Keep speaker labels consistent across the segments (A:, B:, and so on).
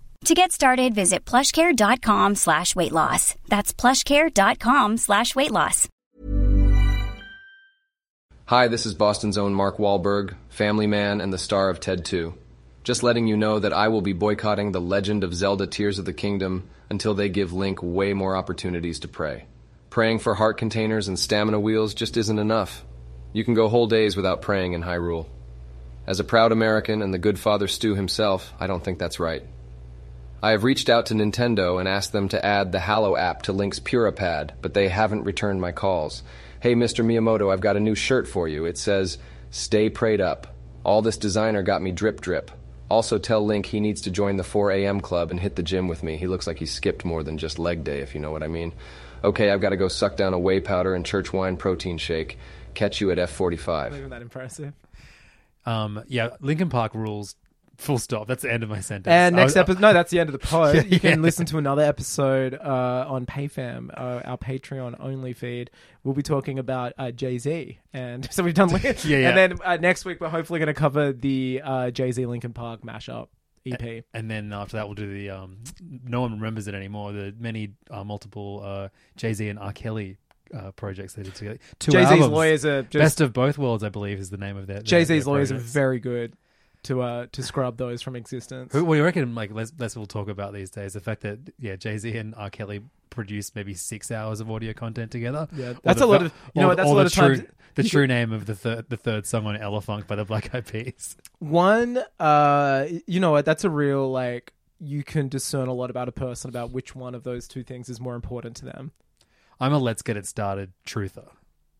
A: To get started, visit plushcare.com slash weight loss. That's plushcare.com slash weight loss.
B: Hi, this is Boston's own Mark Wahlberg, family man and the star of Ted 2. Just letting you know that I will be boycotting The Legend of Zelda Tears of the Kingdom until they give Link way more opportunities to pray. Praying for heart containers and stamina wheels just isn't enough. You can go whole days without praying in Hyrule. As a proud American and the good father Stu himself, I don't think that's right. I have reached out to Nintendo and asked them to add the Halo app to Link's Purapad, but they haven't returned my calls. Hey, Mr. Miyamoto, I've got a new shirt for you. It says, Stay prayed up. All this designer got me drip drip. Also, tell Link he needs to join the 4 a.m. club and hit the gym with me. He looks like he skipped more than just leg day, if you know what I mean. Okay, I've got to go suck down a whey powder and church wine protein shake. Catch you at F45.
C: Even that impressive.
D: Um, yeah, Lincoln Park rules. Full stop. That's the end of my sentence.
C: And next
D: I- uh,
C: episode, no, that's the end of the pod.
D: Yeah,
C: you can
D: yeah.
C: listen to another episode uh, on PayFam, uh, our Patreon only feed. We'll be talking about uh, Jay Z, and so we've done. yeah,
D: yeah.
C: And then uh, next week, we're hopefully going to cover the uh, Jay Z Linkin Park mashup E EP.
D: and then after that, we'll do the um, no one remembers it anymore. The many uh, multiple uh, Jay Z and R. Kelly uh, projects they did together. Two
C: Jay Z's
D: albums.
C: lawyers are just
D: Best of both worlds, I believe, is the name of that.
C: Jay Z's lawyers are very good to uh, to scrub those from existence.
D: Who, what do you reckon? Like, less, less we'll talk about these days. The fact that yeah, Jay Z and R. Kelly produced maybe six hours of audio content together.
C: Yeah,
D: Or
C: that's
D: the
C: a lot
D: fa-
C: of- you know
D: or the-
C: what, that's
D: or
C: a lot
D: the
C: of
D: true,
C: times-
D: The true name of the third the third song on Elefunk by the Black Eyed Peas.
C: One, uh, you know what? That's a real like. You can discern a lot about a person about which one of those two things is more important to them.
D: I'm a let's get it started truther,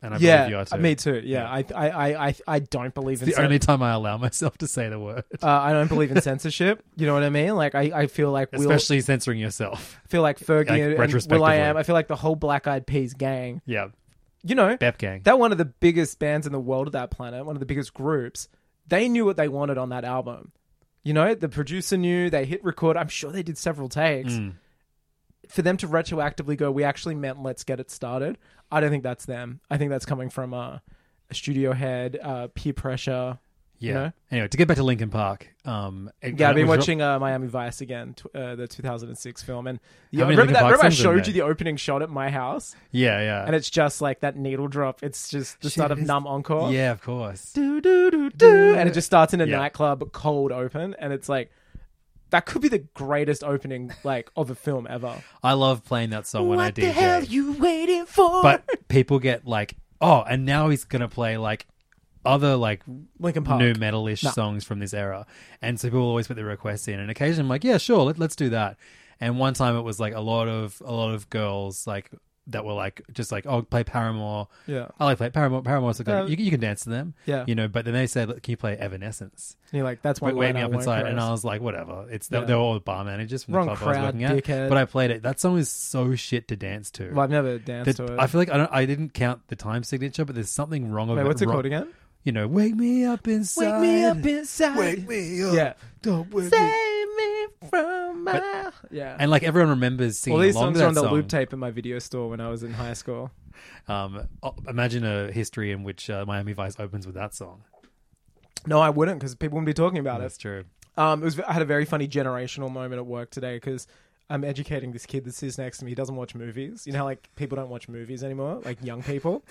D: and I
C: yeah,
D: believe you are too.
C: me too. Yeah, I, I, I, I, I don't believe in.
D: It's the
C: cen-
D: only time I allow myself to say the word,
C: uh, I don't believe in censorship. You know what I mean? Like, I, I feel like Will,
D: especially censoring yourself.
C: I feel like Fergie and-
D: like,
C: and Will I
D: retrospectively.
C: Am. I feel like the whole Black Eyed Peas gang.
D: Yeah,
C: You know,
D: Bep Gang.
C: they're one of the biggest bands in the world of that planet, one of the biggest groups. They knew what they wanted on that album. You know, the producer knew, they hit record. I'm sure they did several takes.
D: Mm.
C: For them to retroactively go, we actually meant let's get it started. I don't think that's them. I think that's coming from uh, a studio head, uh, peer pressure.
D: yeah.
C: know?
D: Anyway, to get back to Linkin Park. Um, it-
C: Yeah, I've
D: it
C: been
D: was-
C: watching uh, Miami Vice again, tw- uh, the 2006 film. And
D: How
C: yeah,
D: many
C: remember,
D: Linkin
C: that,
D: Park
C: remember I
D: songs are in
C: showed you
D: there?
C: the opening shot at my house?
D: Yeah, yeah.
C: And it's just like that needle drop. It's just the
D: Shit,
C: start of
D: it is-
C: Numb Encore.
D: yeah, of course.
C: do do do do, and it just starts in a
D: Mm-hmm. Yeah.
C: nightclub, cold open, and it's like that could be the greatest opening like of a film ever.
D: I love playing that song when I
C: what
D: DJ.
C: the hell you waiting for?
D: but people get like, oh, and now he's gonna play like other like
C: Linkin Park.
D: new metal-ish songs from this era, and so people always put their requests in. And occasionally, I'm like, yeah, sure, let, let's do that. And one time, it was like a lot of a lot of girls like that were like just like, oh, play Paramore.
C: Yeah.
D: I like play Paramore. Paramore's like,
C: Uh,
D: you, can- you can dance to them.
C: yeah.
D: you know. But then they said, look, can you play Evanescence?
C: And you're like, that's why
D: But wake me up inside, and I
C: I'll
D: was like, whatever. It's they,
C: Yeah.
D: they were all bar managers from the
C: Wrong
D: club I
C: crowd,
D: was working at.
C: dickhead.
D: But I played it. That song is so shit to dance to.
C: well, I've never danced
D: The-
C: to it.
D: I feel like I don't. I didn't count the time signature, but there's something wrong
C: Wait,
D: about
C: what's it
D: wrong-
C: called again?
D: You know, wake me up inside.
C: inside. Wake me up. Yeah.
D: Don't wake me.
C: Save me from my. yeah.
D: And like everyone remembers singing
C: all these
D: along
C: songs
D: to
C: are
D: that
C: on the
D: song.
C: loop tape in my video store when I was in high school.
D: Um, oh, imagine a history in which uh, Miami Vice opens with that song.
C: No, I wouldn't because people wouldn't be talking about it.
D: That's true.
C: Um, it was. I had a very funny generational moment at work today because I'm educating this kid that sits next to me. He doesn't watch movies. You know, how, like people don't watch movies anymore, like young people.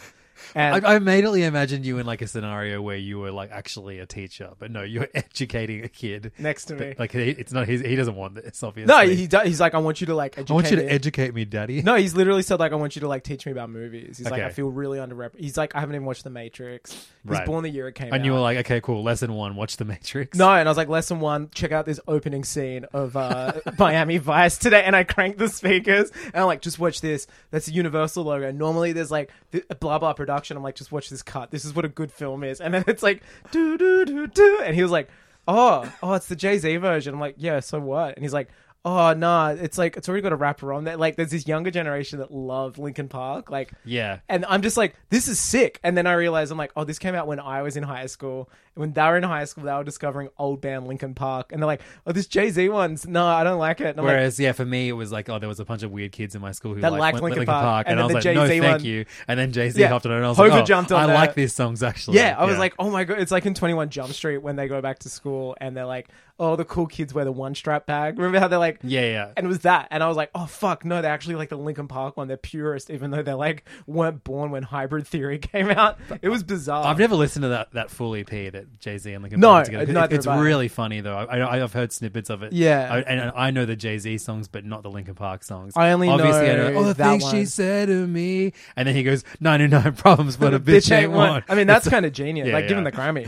C: And
D: I, I immediately imagined you in like a scenario where you were like actually a teacher, but no, you're educating a kid
C: Next to
D: But,
C: me.
D: Like he, it's not his. He doesn't want this. Obviously,
C: no, he does, he's like, I want you to like. Educate
D: I want you
C: me."
D: to educate me, Daddy.
C: No, he's literally said like, I want you to like teach me about movies. He's like,
D: Okay.
C: I feel really underrepresented. He's like, I haven't even watched The Matrix. He's
D: Right.
C: born the year it came.
D: and you
C: out.
D: were like, okay, cool. Lesson one: watch The Matrix.
C: No, and I was like, lesson one, check out this opening scene of uh, Miami Vice today. And I cranked the speakers and I'm like, just watch this. That's a Universal logo. Normally there's like th- blah blah production. I'm like, just watch this cut. This is what a good film is. And then it's like, do do do do. And he was like, oh, oh, it's the Jay Z version. I'm like, yeah, so what? And he's like, oh, nah, it's like, it's already got a wrapper on there. Like, there's this younger generation that loved Linkin Park. Like,
D: Yeah.
C: and I'm just like, this is sick. And then I realized I'm like, oh, this came out when I was in high school. And when they were in high school, they were discovering old band Linkin Park. And they're like, oh, this Jay Z one's, no, I don't like it. And I'm like,
D: Whereas, yeah, for me, it was like, oh, there was a bunch of weird kids in my school who
C: That
D: liked,
C: liked
D: Lin-
C: Linkin
D: Linkin
C: Park,
D: Park,
C: and
D: and, I was
C: then the
D: like, no,
C: Jay-Z
D: thank
C: one-
D: you. And then Jay Z
C: Yeah.
D: hopped on it, and I was
C: Hover
D: like, oh,
C: jumped on
D: I
C: that.
D: like these songs actually.
C: yeah, I was like, oh my god, it's like in 21 Jump Street when they go back to school and they're like, oh, the cool kids wear the one strap bag. Remember how they're like,
D: yeah, yeah.
C: And it was that, and I was like, "Oh fuck, no! They actually like the Linkin Park one. They're purist, even though they like weren't born when Hybrid Theory came out. It was bizarre.
D: I've never listened to that, that full EP that Jay Z and Linkin
C: "Oh." No,
D: Park together.
C: neither
D: it's
C: have I.
D: really funny though. I, I, I've heard snippets of it.
C: Yeah.
D: I, and I know the Jay Z songs, but not the Linkin Park songs.
C: I only
D: obviously
C: know
D: I know. Oh, the
C: that
D: things
C: one.
D: she said to me, and then he goes ninety nine problems, but a
C: The
D: bitch ain't one.
C: I mean, that's kind of genius.
D: Yeah,
C: like, give him
D: yeah.
C: the Grammy,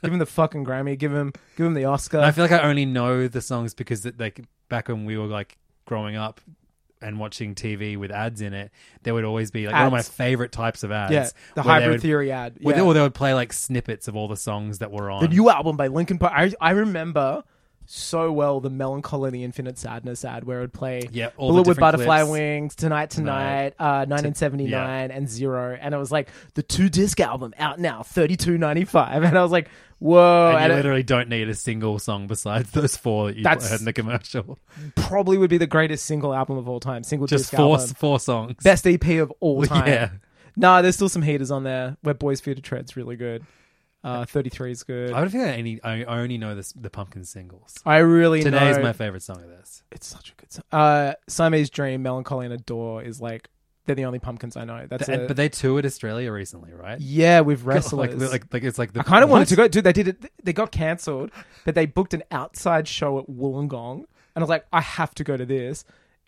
C: give him the fucking Grammy, give him, give him the Oscar.
D: I feel like I only know the songs because it, like back when we were like growing up and watching TV with ads in it, there would always be like one of my
C: Ads.
D: favorite types of ads.
C: yeah, the
D: where they
C: Hybrid
D: would-
C: Theory ad.
D: where
C: Yeah.
D: they- Or they would play like snippets of all the songs that were on.
C: the new album by Linkin Park. I, I remember so well the Melancholy and the Infinite Sadness ad where it would play
D: Yeah, all the
C: Bullet with
D: different
C: Butterfly
D: clips.
C: Wings, Tonight Tonight,
D: Tonight.
C: uh, 1979 and Zero. And it was like the two disc album out now, 32.95. And I was like, whoa.
D: and
C: and
D: you
C: it-
D: literally don't need a single song besides those four that you
C: That's-
D: heard in the commercial.
C: probably would be the greatest single album of all time. Single
D: Just
C: disc
D: four
C: album.
D: four songs.
C: Best EP of all time.
D: Yeah.
C: Nah, there's still some haters on there. Where Boys Fear to Tread's really good. Uh, 33 is good.
D: I
C: I,
D: don't think I any. I I only know this, the pumpkin singles.
C: really
D: Today is
C: know-
D: my favorite song of this.
C: It's such a good song. Uh, Siamese Dream, Melancholy, and Adore is like they're the only pumpkins I know. That's
D: Th- and-
C: a-
D: but they toured Australia recently, right?
C: yeah, with
D: like,
C: wrestlers.
D: like, like it's like the
C: I kind of wanted
D: What?
C: to go, dude. They did it. They got cancelled, but they booked an outside show at Wollongong, and I was like, I have to go to this.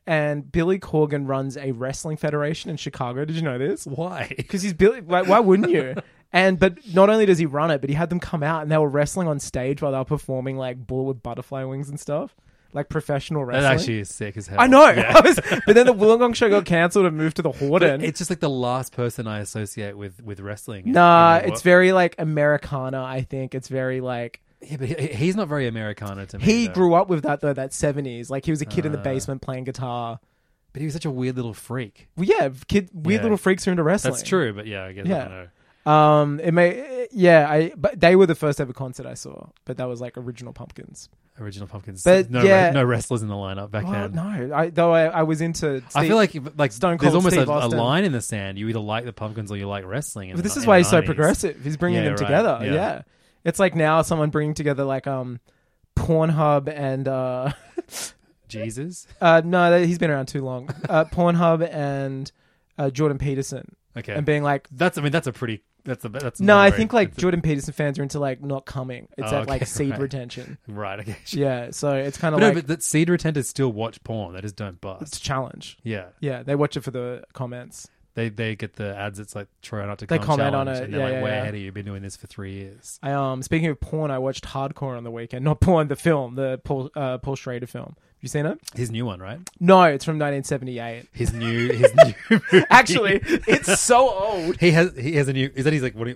C: And Billy Corgan runs a wrestling federation in Chicago. Did you know this?
D: Why?
C: because he's Billy. Like, why wouldn't you? And but not only does he run it, but he had them come out and they were wrestling on stage while they were performing like bullet with butterfly wings and stuff, like professional
D: That
C: wrestling.
D: actually is sick as hell.
C: I know.
D: Yeah.
C: I was- but then the Wollongong show got cancelled and moved to the Horden.
D: It's just like the last person I associate with with wrestling.
C: nah,
D: You know what?
C: it's very like Americana. I think it's very like
D: Yeah, but he, he's not very Americana to me.
C: he
D: though.
C: grew up with that though. That seventies, like he was a kid in
D: Uh.
C: the basement playing guitar.
D: but he was such a weird little freak.
C: Well, yeah, kid, weird
D: Yeah.
C: little freaks who are into wrestling.
D: That's true, but yeah, I guess I
C: Yeah.
D: don't know.
C: Um, it may, yeah, I. But they were the first ever concert I saw, but that was like original Pumpkins.
D: Original Pumpkins.
C: But,
D: no,
C: yeah.
D: no wrestlers in the lineup back
C: Well,
D: then.
C: no, I, though I, I was into.
D: I
C: Steve-
D: feel like like
C: Stone
D: there's
C: Cold
D: almost
C: Steve
D: a, a
C: Austin.
D: line in the sand. You either like the Pumpkins or you like wrestling.
C: But
D: in the
C: this
D: ni-
C: is
D: in
C: why
D: the
C: he's so
D: 90s.
C: progressive. He's bringing
D: Yeah,
C: them
D: right.
C: together. Yeah.
D: Yeah.
C: it's like now someone bringing together like um, Pornhub and uh,
D: Jesus.
C: uh no, that- he's been around too long. Uh, Pornhub and uh, Jordan Peterson
D: Okay.
C: and being like.
D: that's. I mean, that's a pretty. That's a. That's
C: No,
D: not
C: I
D: very-
C: think like
D: that's
C: Jordan Peterson fans are into like not coming. It's
D: Oh,
C: at like
D: okay,
C: seed
D: right.
C: retention.
D: a, right. Okay. sure.
C: Yeah, so it's kind
D: But
C: of like
D: no, but that seed retenders still watch porn. They just don't
C: it's a
D: bust.
C: challenge.
D: Yeah.
C: Yeah, they watch it for the comments.
D: They they get the ads. It's like try not to.
C: They
D: come
C: comment on
D: challenge,
C: it.
D: And they're
C: Yeah,
D: like,
C: yeah,
D: where
C: yeah.
D: have you been doing this for three years?
C: I um speaking of porn, I watched Hardcore on the weekend. Not porn, the film, the Paul uh, Paul Schrader film. Have you seen it?
D: His new one, right?
C: No, it's from 1978.
D: His new his new. movie.
C: Actually, it's so old.
D: he has he has a new. Is that he's like what?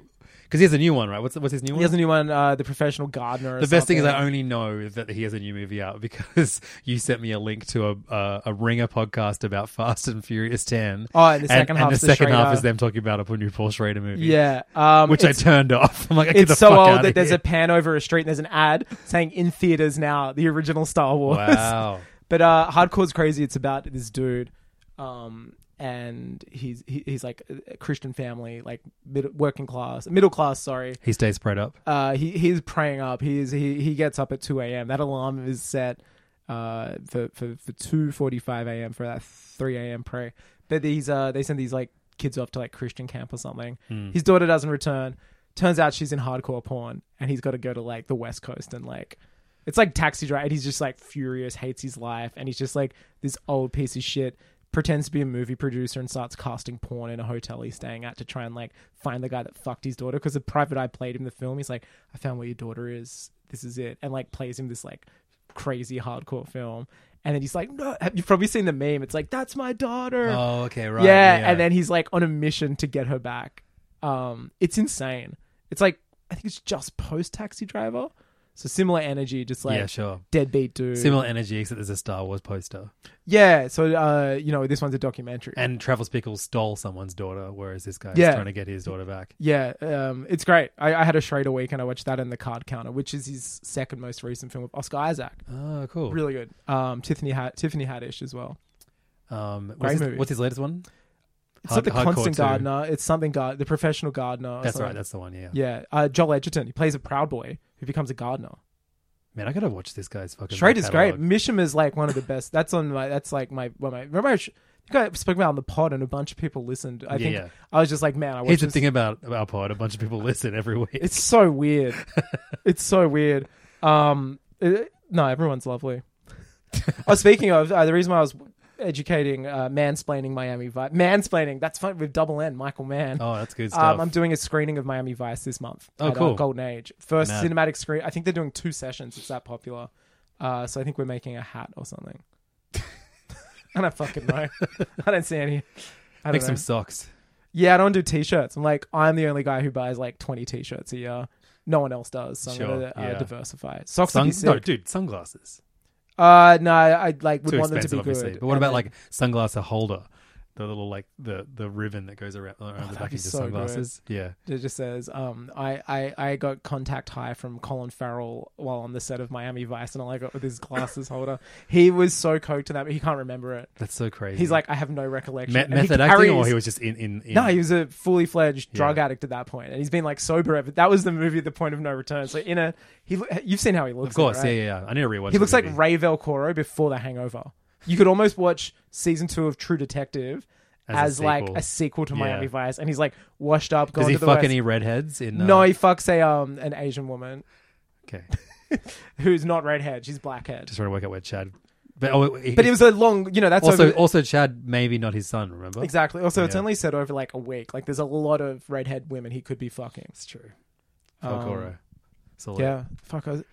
D: Because he has a new one, right? What's what's his
C: He
D: new one?
C: has a new one, uh, The Professional Gardener. Or
D: the best thing is I
C: something.
D: only know that he has a new movie out because you sent me a link to a a, a ringer podcast about Fast and Furious Ten.
C: Oh, and the second half
D: and
C: is
D: the
C: the
D: second half
C: Schrader.
D: is them talking about a new Paul Schrader movie.
C: Yeah, um,
D: which I
C: it's,
D: turned off. I'm like, I
C: it's
D: the
C: so
D: fuck
C: old
D: outta
C: that there's
D: here.
C: a pan over a street and there's an ad saying in theaters now the original Star Wars.
D: wow.
C: But uh, hardcore's crazy. It's about this dude, um, and he's he, he's like a Christian family, like mid- working class, middle class. Sorry,
D: He stays spread up.
C: uh, he he's praying up. He is he he gets up at two a.m. That alarm is set uh, for for for two forty five a.m. for that three a.m. prayer. But these uh they send these like kids off to like Christian camp or something. His daughter doesn't return. Turns out she's in hardcore porn, and he's got to go to like the West Coast and like. It's like taxi driver, and he's just like furious, hates his life, and he's just like this old piece of shit. Pretends to be a movie producer and starts casting porn in a hotel he's staying at to try and like find the guy that fucked his daughter because the private eye played him the film. He's like, I found where your daughter is. This is it, and like plays him this like crazy hardcore film. And then he's like, No, you've probably seen the meme. It's like, That's my daughter
D: Oh, okay, right.
C: yeah, and then he's like on a mission to get her back. Um, it's insane. It's like I think it's just post Taxi Driver, so similar energy, just like
D: yeah, sure.
C: deadbeat dude.
D: Similar energy, except there's a Star Wars poster.
C: yeah. So uh, you know, this one's a documentary.
D: And Travis Bickle stole someone's daughter, whereas this guy
C: Yeah.
D: is trying to get his daughter back.
C: yeah, um, it's great. I, I had a Schrader week and I watched that in the Card Counter, which is his second most recent film with Oscar Isaac.
D: Oh, cool.
C: Really good. Um, Tiffany ha- Tiffany Haddish as well.
D: Um,
C: Great
D: what's, his,
C: movie.
D: what's his latest one?
C: It's
D: Hard-
C: not the
D: Hardcore
C: Constant
D: too.
C: Gardener. It's something guard the professional gardener. or
D: That's
C: something.
D: right. That's the one. Yeah.
C: yeah. Uh, Joel Edgerton. He plays a proud boy who becomes a gardener.
D: Man, I gotta watch this guy's fucking.
C: Schrader's great.
D: catalog.
C: Misham is like one of the best. That's on my. That's like my. Well, my remember I, sh- I think I spoke about it on the pod and a bunch of people listened. I
D: Yeah,
C: think
D: yeah.
C: I was just like, man, I watched
D: Here's the
C: this.
D: thing about our pod: a bunch of people listen every week.
C: It's so weird. it's so weird. Um, it- no, everyone's lovely. oh, speaking of uh, the reason why I was educating uh, mansplaining Miami Vice. Mansplaining. That's fun with double N, Michael Mann.
D: oh, that's good stuff.
C: Um, I'm doing a screening of Miami Vice this month.
D: Oh,
C: at, uh,
D: cool.
C: Golden Age. First
D: Mad.
C: cinematic screen. I think they're doing two sessions. It's that popular. Uh, so I think we're making a hat or something. I don't fucking know. I don't see any. I don't
D: Make
C: know.
D: some socks.
C: yeah, I don't do t-shirts. I'm like, I'm the only guy who buys like 20 t-shirts a year. No one else does. So
D: Sure,
C: I'm gonna uh,
D: yeah.
C: diversify. Socks would
D: Sun-
C: be sick.
D: no, dude, sunglasses.
C: Uh, no, I like would
D: Too
C: want them to
D: expensive,
C: be
D: obviously.
C: good.
D: But what
C: And
D: about
C: then-
D: like sunglasser holder? The little like the the ribbon that goes around, around the
C: Oh, that'd
D: back
C: be
D: of your
C: so good.
D: sunglasses. Yeah.
C: It just says, um, I, I, I got contact high from Colin Farrell while on the set of Miami Vice, and all I got with his glasses holder. He was so coked to that, but he can't remember it.
D: That's so crazy.
C: He's like, I have no
D: Me-
C: recollection. And he
D: method acting, or
C: carries-
D: he was just in in. in
C: No, he was a fully fledged drug
D: Yeah.
C: addict at that point, and he's been like sober ever. That was the movie, The Point of No Return. So in a, he, lo- you've seen how he looks.
D: Of course,
C: right?
D: yeah, yeah, yeah. I need to rewatch.
C: He
D: the
C: looks like
D: movie.
C: Ray Velcoro before The Hangover. You could almost watch season two of True Detective as,
D: As a
C: like
D: sequel.
C: a sequel to
D: Yeah.
C: Miami Vice, and he's like washed up, going
D: Does he
C: to the
D: fuck
C: West.
D: any redheads in? uh,
C: No, he fucks a um an Asian woman
D: Okay,
C: who's not redhead. She's blackhead.
D: just trying to work out where Chad. But oh, he,
C: But it was a long, you know, that's
D: also
C: over-
D: also Chad maybe not his son. Remember
C: exactly. Also, it's
D: Yeah.
C: only said over like a week. Like, there's a lot of redhead women he could be fucking.
D: It's true.
C: Um,
D: Falcoro. Solid.
C: Yeah, fuck. I was-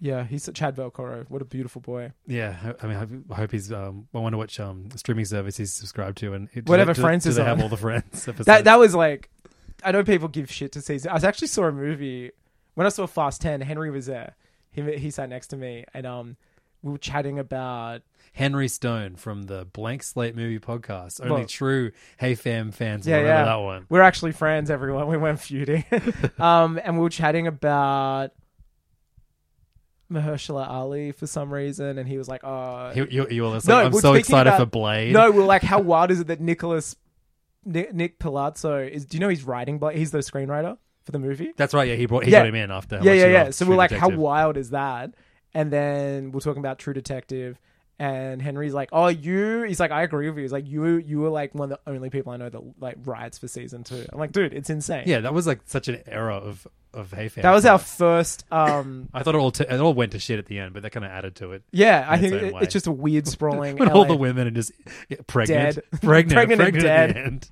C: yeah, he's Chad Velcoro. What a beautiful boy.
D: Yeah, I I mean, I hope- I hope he's. Um, I wonder which um, streaming service he's subscribed to, and do
C: Whatever
D: do,
C: Friends
D: do
C: is
D: they
C: on.
D: have all the friends. episodes?
C: That that was like, I know people give shit to season. I was actually saw a movie when I saw Fast Ten. Henry was there. He he sat next to me, and um, we were chatting about
D: Henry Stone from the Blank Slate Movie Podcast. Only
C: Well-
D: true Hey Fam fans
C: Yeah,
D: will remember
C: yeah.
D: that one.
C: We're actually friends, everyone. We weren't feuding. um, and we were chatting about Mahershala Ali for some reason, and he was like, "Oh,
D: You, you, you all are so-
C: No,
D: I'm
C: we're
D: so
C: speaking
D: excited
C: about-
D: for Blade.
C: no." We're like, "How wild is it that Nicholas Nick, Nick Palazzo is? Do you know he's writing? But he's the screenwriter for the movie.
D: that's right. Yeah, he brought he
C: Yeah.
D: got him in after.
C: yeah, yeah,
D: watching
C: yeah.
D: after
C: So
D: True
C: we're like,
D: Detective.
C: "How wild is that?" And then we're talking about True Detective. And Henry's like, oh, you. He's like, I agree with you. He's like, you, you were like one of the only people I know that like writes for season two. I'm like, dude, it's insane.
D: Yeah, that was like such an era of of Hey Fam.
C: that was our first um,
D: I thought it all t- it all went to shit at the end, but that kind of added to it.
C: Yeah, I
D: in its
C: think
D: own
C: it,
D: way.
C: it's just a weird sprawling.
D: When all
C: LA.
D: the women are just yeah, pregnant,
C: Dead.
D: pregnant,
C: Pregnant
D: pregnant,
C: and
D: at the
C: dead.
D: end.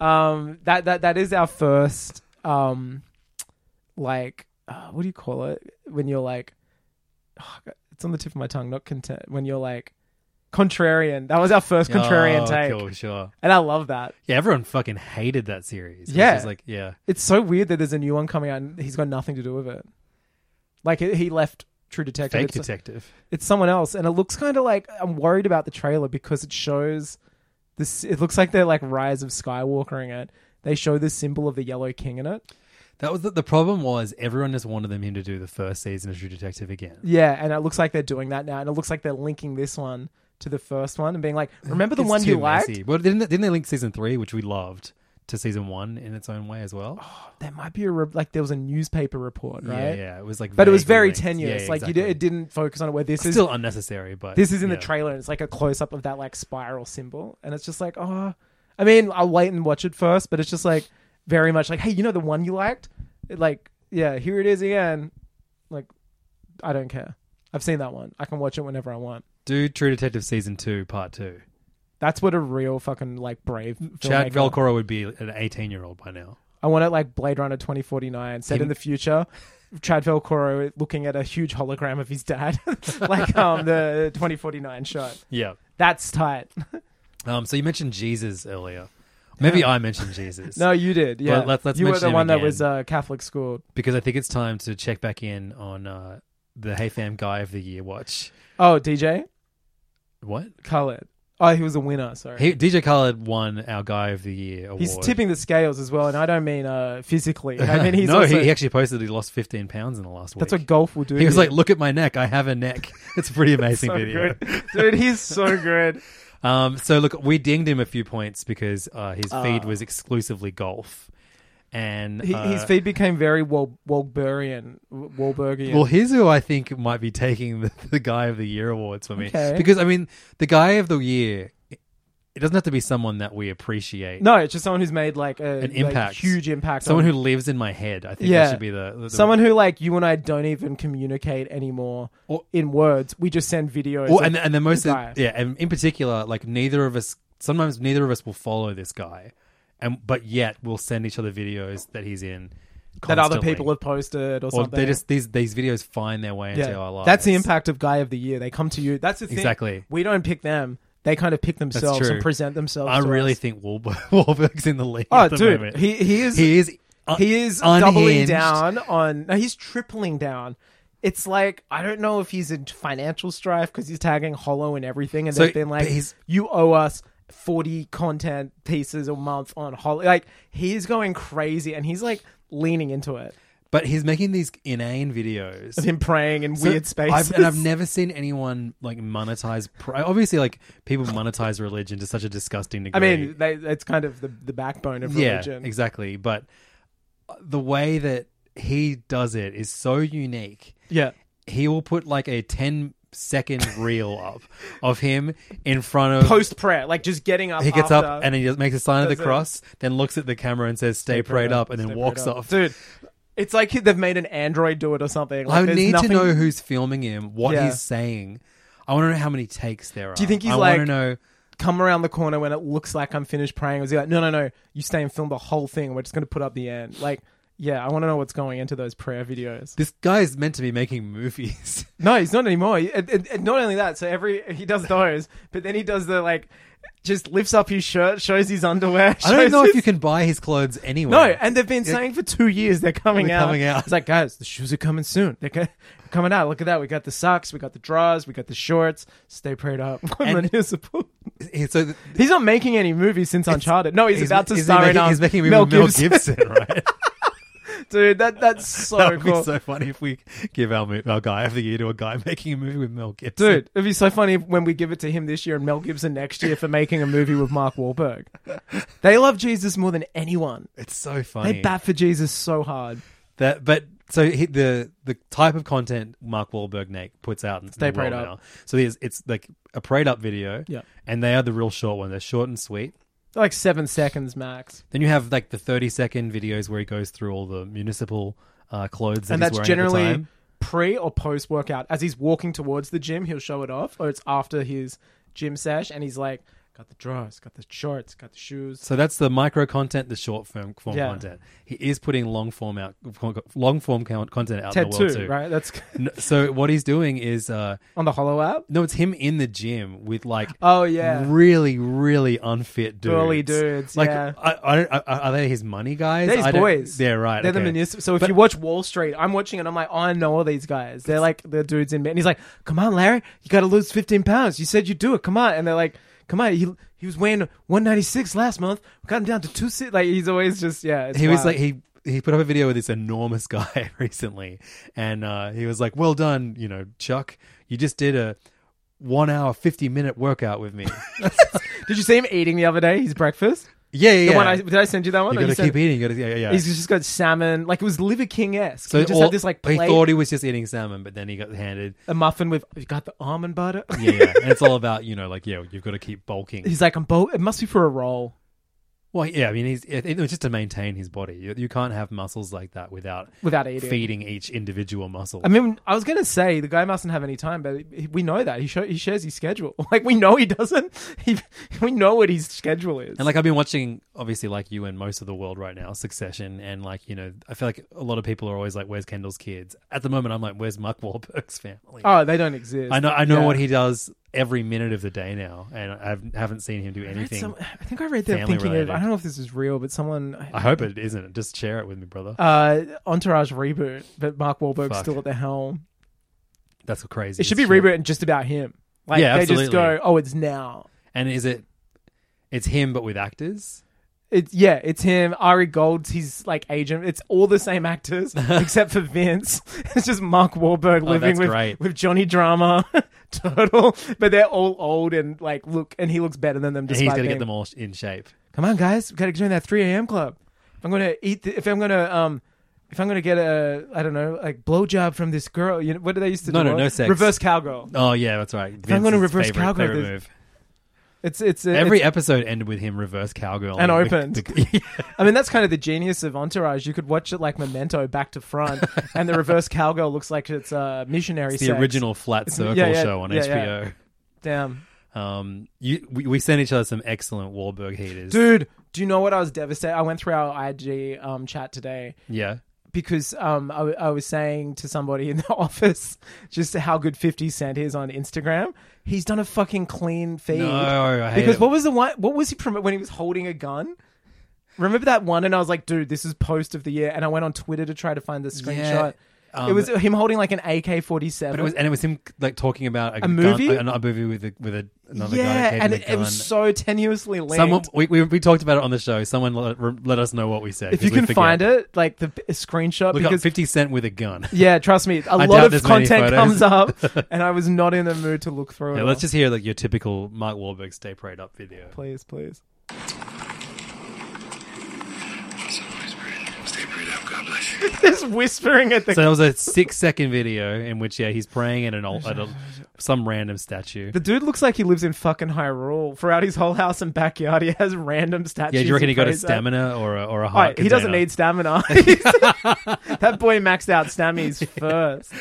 C: um, that that that is our first um, like uh, what do you call it when you're like, oh, God, it's on the tip of my tongue. Not content when you're like contrarian. That was our first contrarian
D: Oh,
C: take,
D: Cool, sure.
C: and I love that.
D: Yeah, everyone fucking hated that series. It
C: Yeah.
D: was just like yeah,
C: It's so weird that there's a new one coming out. and He's got nothing to do with it. Like he- he left True Detective.
D: fake
C: It's-
D: detective.
C: it's someone else and it looks kind of like i'm worried about the trailer because it shows this it looks like they're like rise of skywalkering it they show the symbol of the yellow king in it
D: That was the, the problem. Was everyone just wanted them him to do the first season of True Detective again?
C: yeah and it looks like they're doing that now and it looks like they're linking this one to the first one and being like remember the
D: It's
C: one
D: too
C: you liked
D: messy. Well, didn't they, didn't they link season three, which we loved, to season one in its own way as well?
C: there might be a re- like there was a newspaper report right
D: Yeah, yeah. It was like,
C: but it was
D: vaguely
C: very
D: linked.
C: tenuous
D: Yeah,
C: like
D: exactly.
C: you, di- it didn't focus on where this is
D: Still unnecessary, but
C: this is in
D: yeah.
C: the trailer and it's like a close up of that like spiral symbol and it's just like oh I I mean, I'll wait and watch it first, but it's just like very much like, hey, you know the one you liked? It, like, yeah, here it is again. Like, I don't care. I've seen that one. I can watch it whenever I want.
D: Do True Detective season two, part two.
C: That's what a real fucking like brave
D: Chad
C: filmmaker-
D: Velcora would be an eighteen-year-old by now.
C: I want it like Blade Runner 2049, set in the future. Chad Velcoro looking at a huge hologram of his dad, like um the 2049 shot.
D: Yeah.
C: That's tight.
D: Um. So you mentioned Jesus earlier. Maybe I mentioned Jesus.
C: No, you did. Yeah,
D: Well, let's- let's
C: you were
D: mention
C: the
D: him
C: one that
D: again.
C: was uh, Catholic school.
D: because I think it's time to check back in on uh, the Hey Fam Guy of the Year watch.
C: Oh, DJ
D: What?
C: Khaled. Oh, he was a winner. Sorry,
D: He, DJ Khaled won our Guy of the Year award.
C: he's tipping the scales as well, and I don't mean uh physically. I mean he's
D: no,
C: also,
D: he, he actually posted that he lost 15 pounds in the last week.
C: that's what golf will do.
D: he was
C: to
D: like,
C: you.
D: "Look at my neck. I have a neck." It's a pretty amazing
C: so
D: video.
C: good, dude. He's so good.
D: Um, so look, we dinged him a few points because uh, his feed was exclusively golf, and
C: Ah. He, his
D: uh,
C: feed became very Wal- Wahlbergian. Wahlbergian.
D: Well, here's who I think might be taking the, the guy of the year awards for me
C: Okay.
D: because I mean, the guy of the year. It doesn't have to be someone that we appreciate.
C: no, it's just someone who's made like a
D: an
C: like,
D: impact,
C: huge impact.
D: Someone
C: on-
D: who lives in my head. I think
C: Yeah.
D: that should be the, the-
C: Someone who like you and I don't even communicate anymore
D: Or-
C: in words. We just send videos.
D: Well,
C: of
D: and and the most
C: guy.
D: yeah, and in particular, like neither of us. Sometimes neither of us will follow this guy, and but yet we'll send each other videos that he's in.
C: that other
D: constantly.
C: people have posted or,
D: or
C: something.
D: they just these these videos find their way into
C: Yeah.
D: our lives.
C: That's the impact of guy of the year. They come to you. That's the thing.
D: Exactly.
C: We don't pick them. They kind of pick themselves
D: true.
C: and present themselves.
D: I
C: to
D: really
C: us.
D: think Wahlberg, Wahlberg's in the league.
C: Oh,
D: at the
C: dude,
D: moment.
C: he- he is-
D: He is. un-
C: he is doubling
D: Uh, unhinged.
C: down on. No, he's tripling down. It's like I don't know if he's in financial strife because he's tagging Hollow and everything, and
D: So,
C: they've been like,
D: but he's-
C: "You owe us." 40 content pieces a month on Hollow. Like, he's going crazy and he's like leaning into it.
D: But he's making these inane videos.
C: Of him praying in
D: So
C: weird spaces.
D: I've, and I've never seen anyone like monetize. Pr- obviously, like people monetize religion to such a disgusting
C: I
D: degree.
C: mean, they, it's kind of the, the backbone of
D: yeah,
C: religion.
D: exactly. But the way that he does it is so unique.
C: Yeah.
D: He will put like a 10 second reel up of him in front of.
C: Post prayer, like just getting up.
D: he gets up
C: after-
D: and he just makes a sign of the
C: Does it.
D: cross, then looks at the camera and says, "Stay, prayed up," and then
C: Stay
D: walks
C: prayed up.
D: off.
C: Dude, it's like they've made an android do it or something. Like,
D: I
C: there's
D: need
C: nothing...
D: to know who's filming him, what
C: Yeah.
D: he's saying. I want to know how many takes there are.
C: Do you think he's
D: I
C: like-
D: want to know.
C: come around the corner when it looks like I'm finished praying. Was he like, no, no, no, you stay and film the whole thing. We're just going to put up the end. Like, yeah, I want to know what's going into those prayer videos.
D: This guy is meant to be making movies.
C: No, he's not anymore. He- and- and- and not only that, so every he does those, but then he does the like, just lifts up his shirt, shows his underwear.
D: I don't
C: shows
D: know if
C: his-
D: you can buy his clothes anywhere.
C: No, and they've been saying for two years they're coming
D: They're
C: out.
D: coming out.
C: It's like, guys, the shoes are coming soon. They're co- coming out. Look at that. We got the socks. We got the drawers. We got the shorts. Stay prayed up.
D: And-
C: Municipal.
D: He- so th-
C: He's not making any movies since Uncharted. No, he's,
D: he's
C: about to
D: ma- is he
C: star in
D: making,
C: um,
D: he's making a movie
C: Mel
D: with Mel
C: Gibson.
D: Gibson, right?
C: Dude, that that's so
D: that would
C: cool.
D: be so funny if we give our, mo- our guy of the year to a guy making a movie with Mel Gibson.
C: Dude, it'd be so funny if- when we give it to him this year and Mel Gibson next year for making a movie with Mark Wahlberg. They love Jesus more than anyone.
D: it's so funny.
C: They bat for Jesus so hard.
D: That, but so he, the the type of content Mark Wahlberg Nate puts out in
C: Stay
D: the
C: prayed
D: world
C: up.
D: now. So there's it's like a prayed up video,
C: Yeah.
D: and they are the real short one. They're short and sweet.
C: They're like seven seconds max.
D: Then you have like the thirty second videos where he goes through all the municipal uh, clothes that
C: and
D: he's
C: that's
D: wearing at the
C: generally
D: time.
C: pre or post workout. As he's walking towards the gym, he'll show it off, or it's after his gym sesh, and he's like, "Got the drawers, got the shorts, got the shoes."
D: So that's the micro content, the short form, form
C: Yeah.
D: content. He is putting long form out, long form count- content out in
C: Ted
D: the world
C: too,
D: too.
C: right? That's
D: No, so what he's doing is uh,
C: on the Hollow app.
D: no, it's him in the gym with like
C: Oh yeah,
D: really, really unfit dudes.
C: Burly dudes,
D: Like,
C: yeah.
D: I, I don't, are, are they his money guys?
C: they're his
D: I don't-
C: boys.
D: They're right.
C: They're the
D: okay.
C: municipal. So if you watch Wall Street, I'm watching it. I'm like, oh, I know all these guys. They're like the dudes in. And he's like, "Come on, Larry, you got to lose 15 pounds. You said you do it. Come on." And they're like, "Come on, he he was weighing 196 last month. We got him down to two si-" Like he's always just yeah. it's
D: he was
C: wild.
D: like he he put up a video with this enormous guy recently, and uh, he was like, "Well done, you know, Chuck. You just did a one hour fifty minute workout with me.
C: Did you see him eating the other day? His breakfast.
D: yeah, yeah.
C: The
D: yeah.
C: one I, did I send you that one?
D: you
C: Or
D: got to
C: sent-
D: keep eating. You got to yeah, yeah.
C: He's just got salmon. Like it was Liver King esque. he just
D: all-
C: had this like
D: he
C: plate,
D: thought he was just eating salmon, but then he got handed.
C: a muffin with. You got the almond butter.
D: Yeah, yeah. and it's all about you know, like yeah, you've got to keep bulking.
C: He's like, I'm bo- It must be for a roll.
D: Well, yeah, I mean, he's it, it was just to maintain his body. You, you can't have muscles like that without
C: Without eating.
D: feeding each individual muscle.
C: I mean, I was gonna say the guy mustn't have any time, but he- we know that he show, he shares his schedule. Like we know he doesn't. He, we know what his schedule is.
D: And like I've been watching, obviously, like you and most of the world right now, Succession, and like you know, I feel like a lot of people are always like, "Where's Kendall's kids?" At the moment, I'm like, "Where's Mark Wahlberg's family?"
C: oh, they don't exist.
D: I know, I know
C: Yeah.
D: what he does every minute of the day now, and I haven't- haven't seen him do
C: I read
D: anything.
C: some- I think I read them
D: family
C: thinking of.
D: related.
C: I don't know if this is real, but someone
D: I hope it isn't. Just share it with me, brother.
C: uh, Entourage reboot, but Mark Wahlberg's
D: Fuck.
C: still at the helm.
D: That's crazy.
C: It should be
D: as shit.
C: rebooting just about him. Like
D: Yeah,
C: they just
D: absolutely.
C: go, oh, it's now.
D: And is it? It's him, but with actors.
C: It's yeah, it's him. Ari Gold's his like agent. It's all the same actors except for Vince. It's just Mark Wahlberg living
D: Oh, that's
C: with
D: great.
C: with Johnny Drama, Turtle, but they're all old and like look, and he looks better than them.
D: And
C: Despite
D: he's got to
C: being-
D: get them all sh- in shape.
C: Come on, guys, we gotta join that three a.m. club. If I'm gonna eat, the, if I'm gonna um. If I'm gonna get a, I don't know, like blowjob from this girl, you know, what do they used to
D: No,
C: do?
D: no, no sex.
C: Reverse cowgirl.
D: Oh yeah, that's right.
C: I'm gonna
D: Vince's
C: reverse
D: favorite-
C: cowgirl
D: favorite
C: this-
D: move.
C: It's it's a,
D: Every episode ended with him reverse cowgirl
C: And
D: open.
C: opened. I mean, that's kind of the genius of Entourage. You could watch it like Memento, back to front, and the reverse cowgirl looks like it's uh, missionary.
D: It's the
C: sex.
D: original flat circle
C: yeah, yeah,
D: show on
C: yeah, yeah.
D: HBO.
C: Damn,
D: Um, you, we, we sent each other some excellent Wahlberg heaters.
C: dude. Do you know what I was devastated? I went through our IG um, chat today
D: Yeah,
C: because um, I, w- I was saying to somebody in the office just how good Fifty Cent is on Instagram. He's done a fucking clean feed.
D: No, I hate
C: because
D: it.
C: what was the one? What was he prom- when he was holding a gun? Remember that one? And I was like, dude, this is post of the year. And I went on Twitter to try to find the screenshot.
D: um,
C: it was him holding like an AK forty seven.
D: but it was and it was him like talking about a, gun-
C: movie?
D: uh, not a movie with a, with a, another guy.
C: yeah,
D: caving
C: and
D: a
C: it, it was so
D: gun.
C: tenuously linked.
D: Someone we, we, we talked about it on the show. Someone let, re- let us know what we said.
C: if you
D: 'cause we
C: can
D: forget.
C: find it, like the p- screenshot,
D: look up
C: because
D: Fifty Cent with a gun.
C: yeah, trust me, a
D: doubt
C: lot of
D: there's many
C: content
D: photos.
C: comes up, and I was not in the mood to look through
D: Yeah,
C: it.
D: let's
C: all.
D: just hear like your typical Mark Wahlberg stay prayed up video.
C: please, please.
E: Stay prayed up. God bless you.
C: Just whispering at the.
D: So that was a six second video in which yeah he's praying at an al- at a, some random statue.
C: the dude looks like he lives in fucking Hyrule. Throughout his whole house and backyard, he has random statues.
D: Yeah, do you reckon he got a
C: prays at.
D: stamina or a, or a
C: All
D: heart?
C: right, Oh, he doesn't
D: container?
C: need stamina. that boy maxed out stammies first.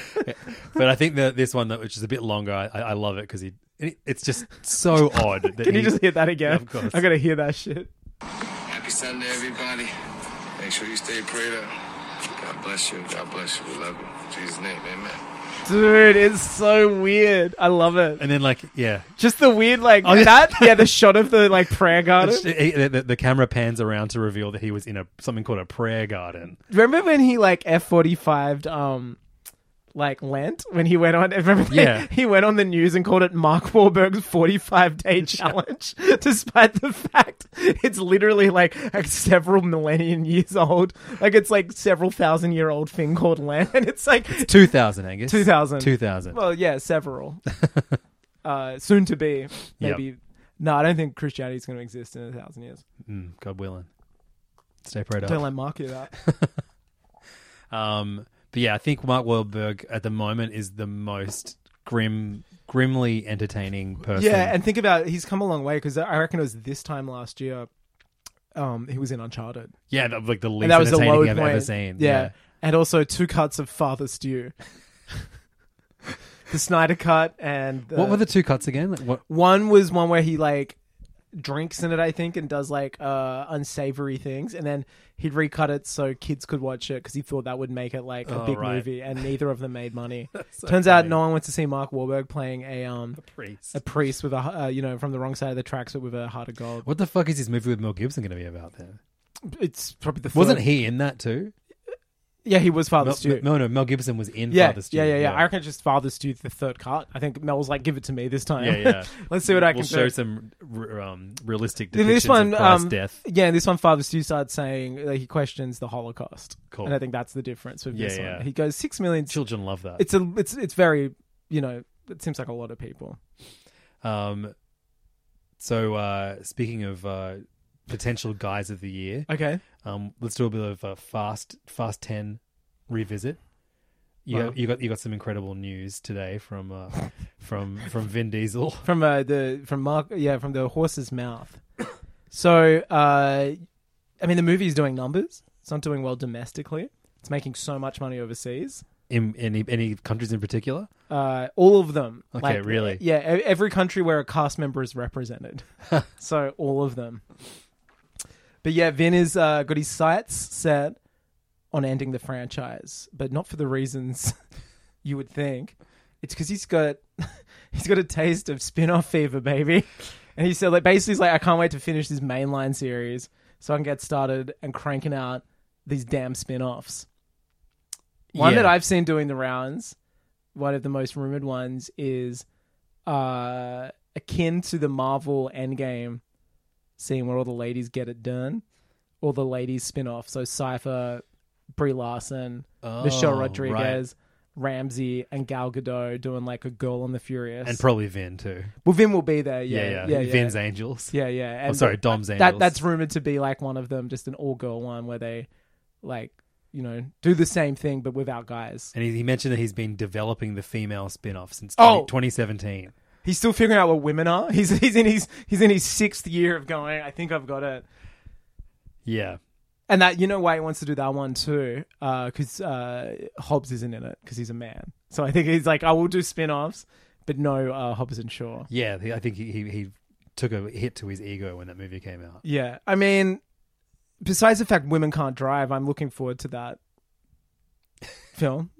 D: But I think that this one, that which is a bit longer, I, I love it because he. it- It's just so odd. That
C: Can
D: he,
C: you just hear that again?
D: of course.
C: I gotta hear that shit.
E: Happy Sunday, everybody. Make sure you stay prayed up. God bless you. God bless you. We love you. In Jesus' name, amen.
C: Dude, it's so weird. I love it.
D: And then like yeah,
C: Just the weird, like
D: Oh, yeah.
C: that. Yeah, the shot of the like prayer garden.
D: It's- it- it- the, the camera pans around to reveal that he was in a something called a prayer garden.
C: Remember when he like F forty five um like Lent when he went on remember when
D: Yeah.
C: he went on the news and called it Mark Wahlberg's forty five day challenge, despite the fact it's literally like, like several millennium years old. Like it's like several thousand year old thing called Lent and it's like
D: Two thousand, Angus.
C: 2000.
D: Two thousand.
C: well, yeah, several. uh soon to be. Maybe No, I don't think Christianity's gonna exist in a thousand years.
D: Mm, God willing. Stay prayed
C: Don't
D: up.
C: let Mark hear that.
D: Um, but yeah, I think Mark Wahlberg at the moment is the most grim, grimly entertaining person.
C: Yeah, and think about he's come a long way because I reckon it was this time last year. Um, he was in Uncharted,
D: yeah, that, was, like the least
C: and that was the
D: entertaining
C: low
D: I've
C: point.
D: ever seen.
C: Yeah. and also two cuts of Father Stew, the Snyder cut, and
D: What were the two cuts again? Like, what?
C: one was one where he like drinks in it, I think, and does like uh unsavory things, and then he recut it so kids could watch it because he thought that would make it like a
D: Oh,
C: big
D: right.
C: movie, and neither of them made money.
D: so
C: Turns out
D: funny.
C: no one went to see Mark Wahlberg playing a um
D: Priest.
C: a priest with a uh, you know from the wrong side of the tracks but with a heart of gold.
D: What the fuck is this movie with Mel Gibson going to be about then?
C: It's probably the 1st
D: Wasn't he in that too?
C: Yeah, he was Father
D: Mel,
C: Stew.
D: no, no, Mel Gibson was in
C: yeah,
D: Father Stew.
C: yeah, yeah, yeah, I reckon it's just Father Stew the third cut. I think Mel was like, "Give it to me this time."
D: Yeah, yeah.
C: Let's see what I can
D: we'll show
C: do.
D: some r- um, realistic depictions
C: Then this one,
D: of Christ's
C: um,
D: death.
C: yeah, this one, Father Stew starts saying like, he questions the Holocaust,
D: Cool.
C: and I think that's the difference with
D: Yeah,
C: this
D: yeah.
C: one. He goes six million.
D: Children love that.
C: It's a, it's, it's very, you know, it seems like a lot of people.
D: Um, so uh, speaking of uh, potential guys of the year,
C: Okay,
D: um, let's do a bit of a fast fast ten revisit. You,
C: Wow.
D: got, you got you got some incredible news today from uh, from from Vin Diesel.
C: from uh, the from Mark, yeah, from the horse's mouth. So, uh, I mean, the movie is doing numbers. It's not doing well domestically. It's making so much money overseas.
D: in any any countries in particular.
C: Uh, all of them.
D: Okay, really?
C: Yeah, e- every country where a cast member is represented. so all of them. But yeah, Vin is uh, got his sights set on ending the franchise, but not for the reasons you would think. It's because he's got he's got a taste of spin-off fever, baby. And he said like basically he's like, I can't wait to finish this mainline series so I can get started and cranking out these damn spin-offs. One
D: Yeah.
C: that I've seen doing the rounds, one of the most rumored ones, is uh akin to the Marvel Endgame scene where all the ladies get it done. All the ladies spin off. So Cypher, Brie Larson, Michelle
D: Oh,
C: Rodriguez, Ramsey, and Gal Gadot doing like a Girl on the Furious.
D: And probably Vin too.
C: well, Vin will be there.
D: Yeah,
C: Yeah,
D: yeah.
C: yeah,
D: Vin's Angels.
C: Yeah, yeah.
D: I'm
C: And
D: sorry, Dom's Angels.
C: That, that's rumored to be like one of them, just an all girl one where they like, you know, do the same thing but without guys.
D: And he, he mentioned that he's been developing the female spin-off since
C: Oh!
D: 20 2017.
C: He's still figuring out what women are. He's he's in his he's in his sixth year of going, I think I've got it.
D: Yeah.
C: And that you know why he wants to do that one too, because uh, Hobbs isn't in it because he's a man. So I think he's like, I will do spin-offs, but no uh, Hobbs and Shaw.
D: Yeah, he- I think he, he he took a hit to his ego when that movie came out.
C: Yeah, I mean, besides the fact women can't drive, I'm looking forward to that film.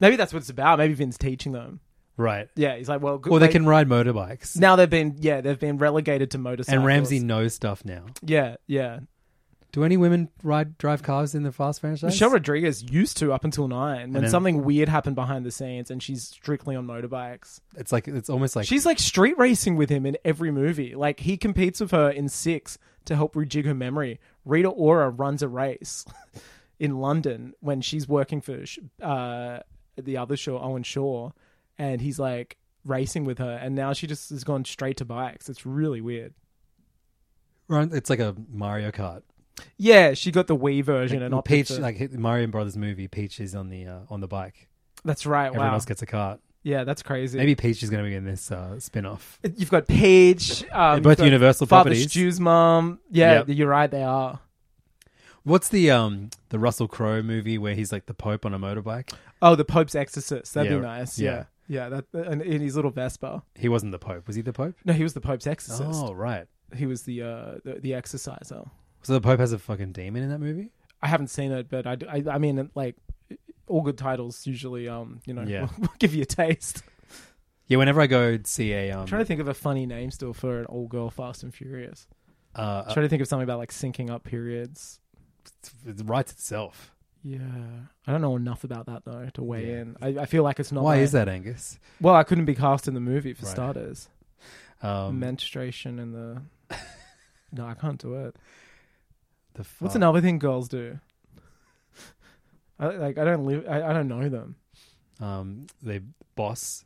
C: Maybe that's what it's about. Maybe Vin's teaching them.
D: Right.
C: Yeah, he's like, well, good,
D: Or they
C: wait-
D: can ride motorbikes.
C: Now they've been, yeah, they've been relegated to motorcycles.
D: and Ramsey knows stuff now.
C: Yeah, yeah.
D: Do any women ride drive cars in the Fast franchise?
C: Michelle Rodriguez used to up until nine when
D: then-
C: something weird happened behind the scenes and she's strictly on motorbikes.
D: It's like it's almost like
C: She's like street racing with him in every movie. Like he competes with her in six to help rejig her memory. Rita Ora runs a race in London when she's working for Sh- uh, the other show, Owen Shaw, and he's like racing with her. And now she just has gone straight to bikes. It's really weird.
D: run- it's like a Mario Kart.
C: Yeah, she got the Wii version
D: Like,
C: and not
D: Peach,
C: the-
D: like Mario Brothers movie, Peach is on the uh, on the bike.
C: that's right.
D: Everyone
C: Wow.
D: else gets a cart.
C: yeah, that's crazy.
D: Maybe Peach is going to be in this uh, spin-off.
C: you've got Paige. Um,
D: They're both
C: you've got
D: Universal
C: Father
D: properties.
C: Stew's mom. Yeah,
D: Yep.
C: you're right. They are.
D: What's the um the Russell Crowe movie where he's like the Pope on a motorbike?
C: Oh, the Pope's exorcist. That'd
D: Yeah,
C: be nice.
D: yeah.
C: Yeah. Yeah, that and in his little Vespa.
D: He wasn't the Pope. Was he the Pope?
C: No, he was the Pope's exorcist.
D: Oh right.
C: He was the uh the, the exorciser.
D: So the Pope has a fucking demon in that movie.
C: I haven't seen it, but I, d- I- I mean like all good titles usually um you know
D: Yeah.
C: will, will give you a taste.
D: Yeah. Whenever I go see a um
C: I'm trying to think of a funny name still for an old girl Fast and Furious.
D: uh,
C: I'm trying to think of something about like syncing up periods.
D: it writes itself.
C: Yeah, I don't know enough about that though to weigh in. I, I feel like it's not.
D: Why
C: my-
D: is that, Angus?
C: Well, I couldn't be cast in the movie for
D: Right.
C: starters.
D: Um,
C: Menstruation and the. no, I can't do it.
D: the
C: What's
D: fuck?
C: another thing girls do? I, like I don't live. I, I don't know them.
D: Um, the boss.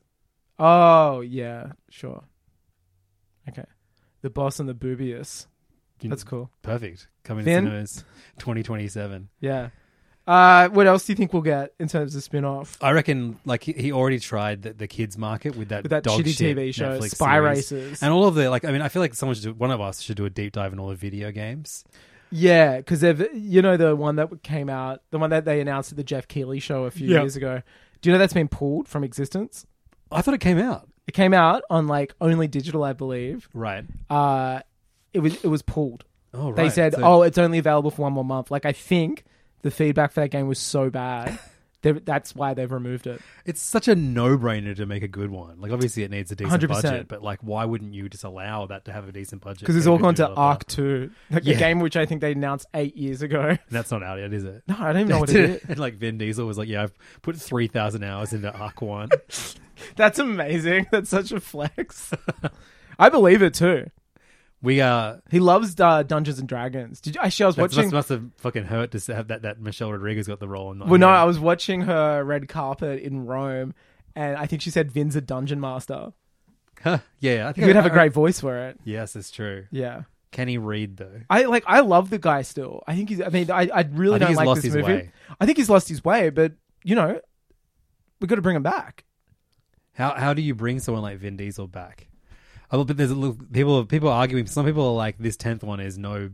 C: Oh yeah, sure. Okay, the boss and the boobius.
D: You-
C: That's cool.
D: Perfect. Coming
C: Finn?
D: to cinemas, twenty twenty seven.
C: Yeah. Uh, what else do you think we'll get in terms of spin-off?
D: I reckon, like he, he already tried the, the kids market with that
C: With that
D: dog
C: shitty
D: shit
C: TV show,
D: Netflix
C: Spy
D: series.
C: Racers.
D: and all of the like. I mean, I feel like someone should, do, one of us should do a deep dive in all the video games.
C: Yeah, because they've you know the one that came out, the one that they announced at the Jeff Keighley show a few
D: Yeah.
C: years ago. Do you know that's been pulled from existence?
D: I thought it came out
C: It came out on like only digital, I believe.
D: right.
C: Uh, it was it was pulled.
D: Oh, right.
C: They said,
D: So-
C: "Oh, it's only available for one more month." Like I think the feedback for that game was so bad, they- that's why they've removed it.
D: it's such a no brainer to make a good one. Like, obviously, it needs a decent
C: 100%.
D: budget, but like, why wouldn't you just allow that to have a decent budget?
C: Because it's
D: for a
C: all
D: good
C: gone to
D: developer?
C: Arc Two, like
D: Yeah.
C: a game which I think they announced eight years ago.
D: And that's not out yet, is it?
C: No, I don't even know what it is.
D: And like Vin Diesel was like, "Yeah, I've put three thousand hours into Arc One."
C: That's amazing. That's such a flex. I believe it too.
D: we are.
C: He loves uh, Dungeons and Dragons. Did you, actually? I was
D: That
C: watching.
D: must, must have fucking hurt to have that, that Michelle Rodriguez got the role. And not
C: well, no,
D: him.
C: I was watching her red carpet in Rome, and I think she said Vin's a dungeon master.
D: Huh, yeah, I
C: He
D: think
C: would
D: I-
C: have a
D: I-
C: great voice for it.
D: Yes, it's true.
C: Yeah.
D: Can he read though?
C: I like. I love the guy still. I think he's. I mean, I, I really
D: I think
C: don't
D: he's
C: like
D: lost
C: this
D: his
C: movie.
D: way.
C: I think he's lost his way, but you know, we got to bring him back.
D: How how do you bring someone like Vin Diesel back? I will, but there's a little, people people are arguing. Some people are like, this tenth one is no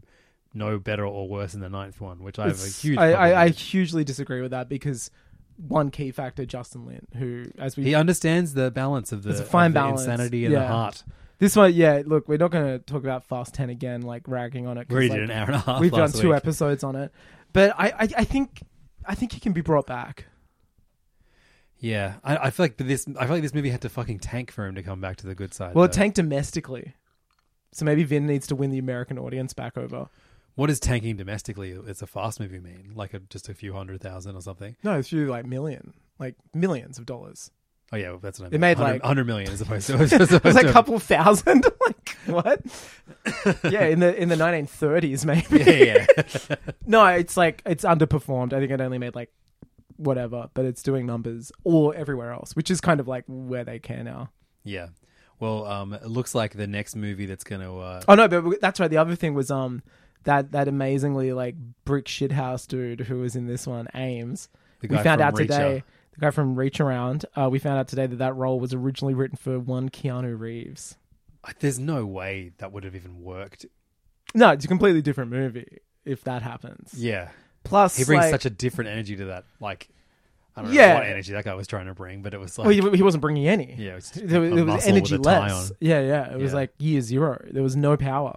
D: no better or worse than the ninth one, which I have a
C: It's-
D: huge.
C: I,
D: problem
C: I, I
D: with.
C: hugely disagree with that because one key factor, Justin Lin, who as we
D: he understands the balance of the,
C: It's a fine
D: of the
C: balance.
D: insanity and the
C: Yeah.
D: heart.
C: this one, yeah. Look, we're not going to talk about Fast Ten again, like ragging on it. 'cause,
D: We already
C: like,
D: did an hour and a half.
C: We've done
D: last
C: two
D: week.
C: episodes on it, but I, I, I think, I think he can be brought back.
D: Yeah, I, I feel like this. I feel like this movie had to fucking tank for him to come back to the good side.
C: Well,
D: though.
C: it tanked domestically, so maybe Vin needs to win the American audience back over.
D: What does tanking domestically? It's a fast movie mean like a, just a few hundred thousand or something.
C: No, it's really like million, like millions of dollars.
D: Oh yeah, well, that's what I meant.
C: It made,
D: 100
C: like-
D: 100 million as opposed to as opposed
C: It was like
D: to-
C: a couple thousand. like what? yeah, in the in the 1930s, maybe.
D: Yeah, yeah.
C: No, it's like it's underperformed. I think it only made like whatever, but it's doing numbers all everywhere else, which is kind of like where they care now.
D: yeah. Well, um, it looks like the next movie that's going to uh,
C: Oh no, but we- that's right. The other thing was um that that amazingly like brick shithouse dude who was in this one, Ames.
D: The
C: we
D: guy
C: found
D: from
C: out today.
D: Reacher.
C: The guy from Reach Around. Uh, we found out today that that role was originally written for one Keanu Reeves. Oh.
D: I- there's no way that would have even worked.
C: No, it's a completely different movie if that happens.
D: Yeah,
C: Plus,
D: he brings
C: like-
D: such a different energy to that. Like, I don't know
C: Yeah.
D: what energy that guy was trying to bring, but it was like,
C: well, he, he wasn't bringing any.
D: yeah, it was,
C: There was,
D: a
C: there was
D: muscle with
C: energy
D: a tie
C: less.
D: on.
C: Yeah, yeah. It was
D: Yeah.
C: like year zero. There was no power.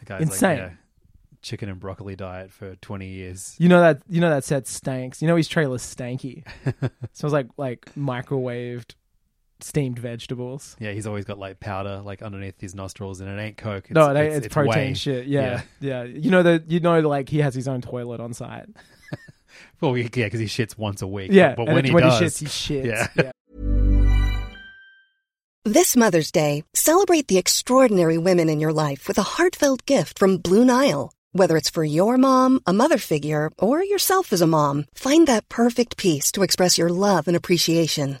D: The guy's
C: Insane.
D: Like, yeah, chicken and broccoli diet for 20 years.
C: You know that you know that set stanks. You know his trailer's stanky. Smells like like microwaved steamed vegetables.
D: Yeah, he's always got like powder like underneath his nostrils, and it ain't Coke. It's,
C: no, it ain't- it's, protein
D: whey.
C: shit. Yeah, yeah. You know that you know like he has his own toilet on site.
D: Well, yeah, because he shits once a week.
C: Yeah,
D: but
C: and
D: when
C: it's
D: he
C: when
D: does,
C: he shits, he shits.
D: Yeah.
C: yeah.
F: This Mother's Day, celebrate the extraordinary women in your life with a heartfelt gift from Blue Nile. Whether it's for your mom, a mother figure, or yourself as a mom, find that perfect piece to express your love and appreciation.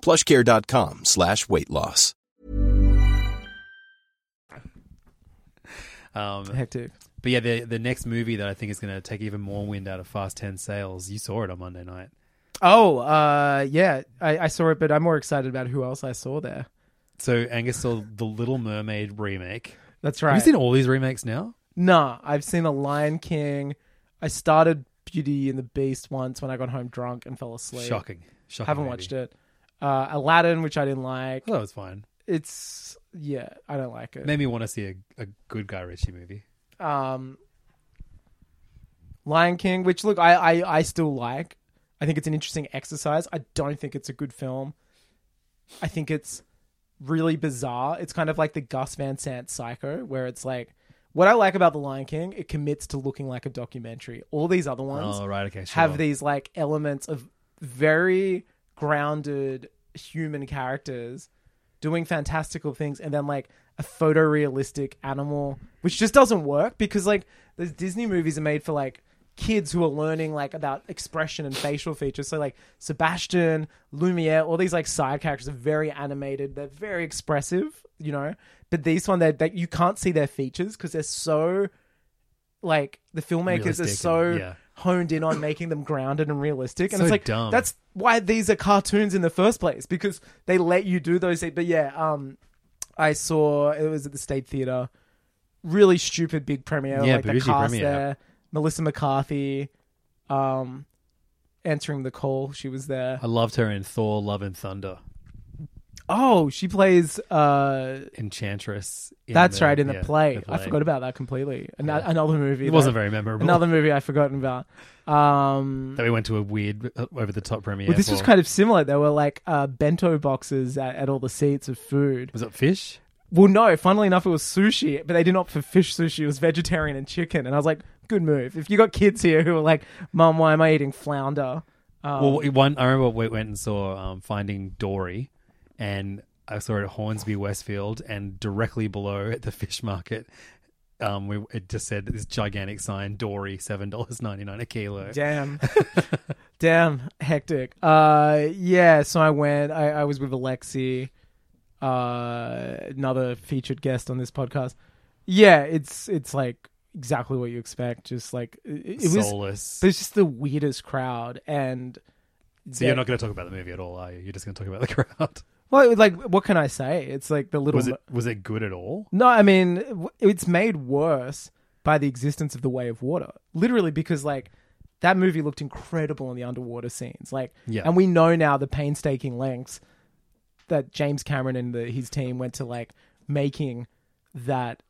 G: Plushcare.com slash weight loss.
D: Um,
C: Hectic.
D: but yeah, the the next movie that I think is going to take even more wind out of Fast Ten sales. You saw it on Monday night.
C: Oh, uh, yeah. I, I saw it, but I'm more excited about who else I saw there.
D: So Angus saw the Little Mermaid remake.
C: That's right.
D: Have you seen all these remakes now?
C: Nah, I've seen The Lion King. I started Beauty and the Beast once when I got home drunk and fell asleep.
D: Shocking. Shocking.
C: Haven't watched it. Uh, Aladdin, which I didn't like.
D: I thought it was fine.
C: It's yeah, I don't like
D: It
C: it.
D: made me want to see a, a good Guy Ritchie movie.
C: Um, Lion King, which look, I, I I still like. I think it's an interesting exercise. I don't think it's a good film. I think it's really bizarre. It's kind of like the Gus Van Sant Psycho, where it's like. What I like about The Lion King, it commits to looking like a documentary. All these other ones,
D: Oh, right. Okay. Sure.
C: have these like elements of very grounded human characters doing fantastical things and then like a photorealistic animal which just doesn't work because like those disney movies are made for like kids who are learning like about expression and facial features so like sebastian lumiere all these like side characters are very animated they're very expressive you know but these one that that you can't see their features because they're so like the filmmakers
D: Realistic
C: are so
D: and- yeah.
C: honed in on making them grounded and realistic. And
D: So
C: it's like
D: dumb.
C: that's why these are cartoons in the first place because they let you do those. But yeah, um, I saw it was at the State Theatre. Really stupid big premiere.
D: Yeah,
C: like the
D: bougie
C: cast
D: premiere.
C: there. Melissa McCarthy, um, answering the call. She was there.
D: I loved her in Thor: Love and Thunder.
C: Oh, she plays. Uh,
D: Enchantress. in
C: that's
D: the-
C: right in the,
D: yeah,
C: play. I forgot about that completely. An-
D: Yeah.
C: Another movie.
D: It wasn't
C: that-
D: very memorable.
C: Another movie I forgotten about. Um,
D: that we went to a weird over the top premiere.
C: well, this was
D: for.
C: kind of similar. There were like uh, bento boxes at, at all the seats of food.
D: was it fish?
C: Well, no, funnily enough, it was sushi, but they did not for fish sushi. It was vegetarian and chicken. And I was like, good move. If you got kids here who are like, Mum, why am I eating flounder? Um,
D: well, one I remember we went and saw um, Finding Dory, and I saw it at Hornsby Westfield, and directly below at the fish market, um, we it just said this gigantic sign Dory seven dollars ninety nine a kilo.
C: Damn. Damn. Hectic. Uh yeah, so I went. I, I was with Alexi, uh another featured guest on this podcast. Yeah, it's it's like exactly what you expect. Just like it, it was
D: Soulless.
C: there's just the weirdest crowd and
D: so you're not going to talk about the movie at all, are you? You're just going to talk about the crowd.
C: well, like what can I say? It's like the little
D: Was it was it good at all?
C: No, I mean, w- it's made worse by the existence of the way of water. Literally, because like that movie looked incredible in the underwater scenes. Like,
D: Yeah.
C: and we know now the painstaking lengths that James Cameron and the, his team went to like making that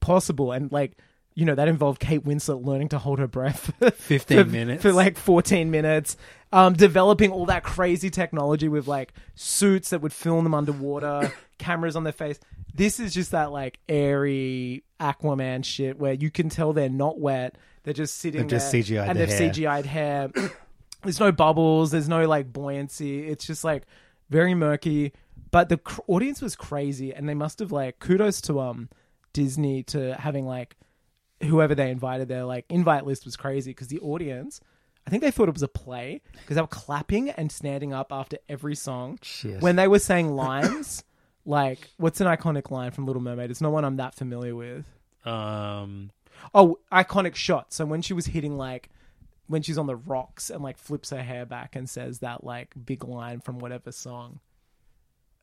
C: possible. And like, you know, that involved Kate Winslet learning to hold her breath. for-
D: 15 minutes.
C: For like 14 minutes. Um, developing all that crazy technology with like suits that would film them underwater, cameras on their face. This is just that like airy Aquaman shit where you can tell they're not wet. They're just sitting
D: They've just
C: there
D: CGI'd
C: and
D: their
C: they've
D: hair.
C: CGI'd hair. there's no bubbles. There's no like buoyancy. It's just like very murky. But the cr- audience was crazy, and they must have like kudos to um Disney to having like whoever they invited. Their like invite list was crazy because the audience. I think they thought it was a play because they were clapping and standing up after every song. When they were saying lines, like, what's an iconic line from Little Mermaid? It's not one I'm that familiar with.
D: Um,
C: Oh, iconic shot. So when she was hitting like when she's on the rocks and like flips her hair back and says that like big line from whatever song.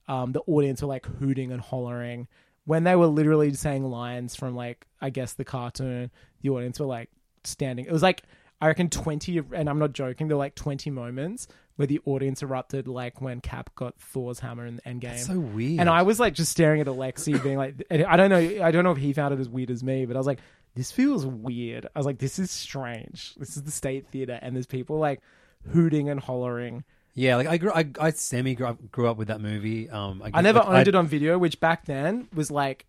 C: Um, the audience were like hooting and hollering. When they were literally saying lines from like I guess the cartoon, the audience were like standing. It was like I reckon twenty of- and I'm not joking, there were like twenty moments where the audience erupted like when Cap got Thor's hammer in Endgame.
D: That's so weird.
C: And I was like just staring at Alexi, being like, and I don't know, I don't know if he found it as weird as me, but I was like, this feels weird. I was like, this is strange. This is the state theater, and there's people like hooting and hollering.
D: yeah, like I grew I, I semi grew up, grew up with that movie. Um,
C: I never
D: like,
C: owned it on video, which back then was like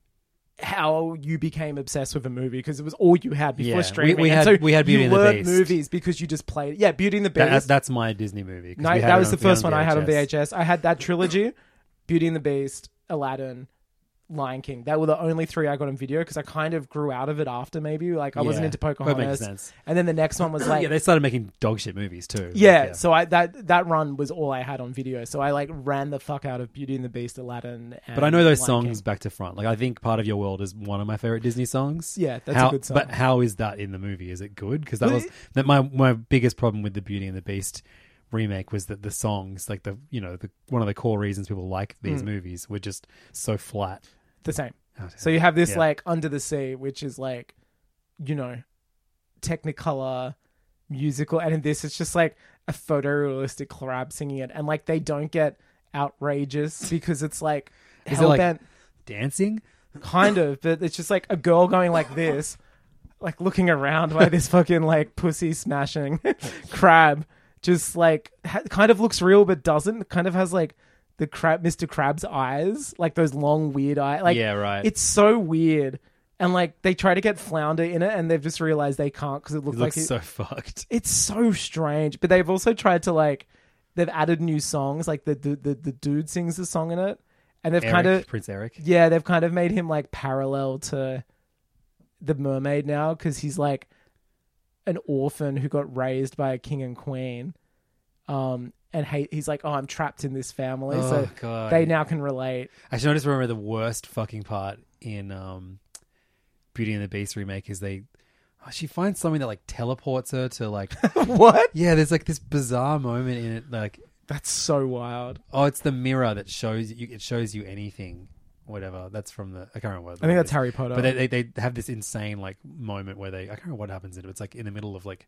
C: how you became obsessed with a movie because it was all you had before
D: Yeah, we-
C: streaming.
D: we
C: And
D: had-
C: so
D: we had Beauty
C: you
D: and the
C: learned
D: Beast.
C: movies because you just played. Yeah, Beauty and the Beast.
D: That- that's, that's my Disney movie. 'cause
C: No,
D: we had
C: that
D: it
C: was
D: on-
C: the
D: we had
C: first one I had on VHS.
D: VHS.
C: I had that trilogy, Beauty and the Beast, Aladdin, Lion King. That were the only three I got on video because I kind of grew out of it after maybe. Like I wasn't
D: Yeah,
C: into
D: that makes
C: Pocahontas.
D: sense.
C: And then the next one was like
D: yeah, they started making dog shit movies too. Like,
C: yeah, so I that that run was all I had on video. So I like ran the fuck out of Beauty and the Beast, Aladdin. And
D: But I know those
C: Lion King.
D: songs back to front. Like I think "Part of Your World" is one of my favorite Disney songs.
C: Yeah, that's a
D: How-
C: good song.
D: But how is that in the movie? Is it good? Because that
C: Well,
D: was
C: it-
D: that my my biggest problem with the Beauty and the Beast remake was that the songs, like the you know the one of the core reasons people like
C: Hmm.
D: these movies, were just so flat.
C: the same. So you have this
D: Yeah.
C: like Under the Sea, which is like, you know, Technicolor musical, and in this it's just like a photorealistic crab singing it, and like they don't get outrageous because it's like
D: Is it like-
C: hellbent,
D: Dancing.
C: kind of, but it's just like a girl going like this, like looking around by this fucking like pussy smashing crab, just like ha- kind of looks real but doesn't, kind of has like. The crab, Mr. Crab's eyes, like those long, weird eyes. Like,
D: yeah, right.
C: it's so weird. And like they try to get flounder in it, and they've just realized they can't because it
D: it
C: looks like
D: looks
C: it-
D: so fucked.
C: it's so strange. But they've also tried to like they've added new songs. Like the the the, the dude sings a song in it, and they've
D: Eric,
C: kind of
D: Prince Eric.
C: yeah they've kind of made him like parallel to the mermaid now because he's like an orphan who got raised by a king and queen, um, and hey, he's like oh I'm trapped in this family, so
D: Oh, God.
C: they now can relate.
D: Actually, I just remember the worst fucking part in um, Beauty and the Beast remake is they. oh, she finds something that like teleports her to like.
C: What?
D: yeah, there's like this bizarre moment in it. Like,
C: That's so wild.
D: oh, it's the mirror that shows you. It shows you anything. whatever. That's from the I can't remember. What
C: I think that's Harry Potter.
D: But they, they they have this insane like moment where they I can't remember what happens in it. It's like in the middle of like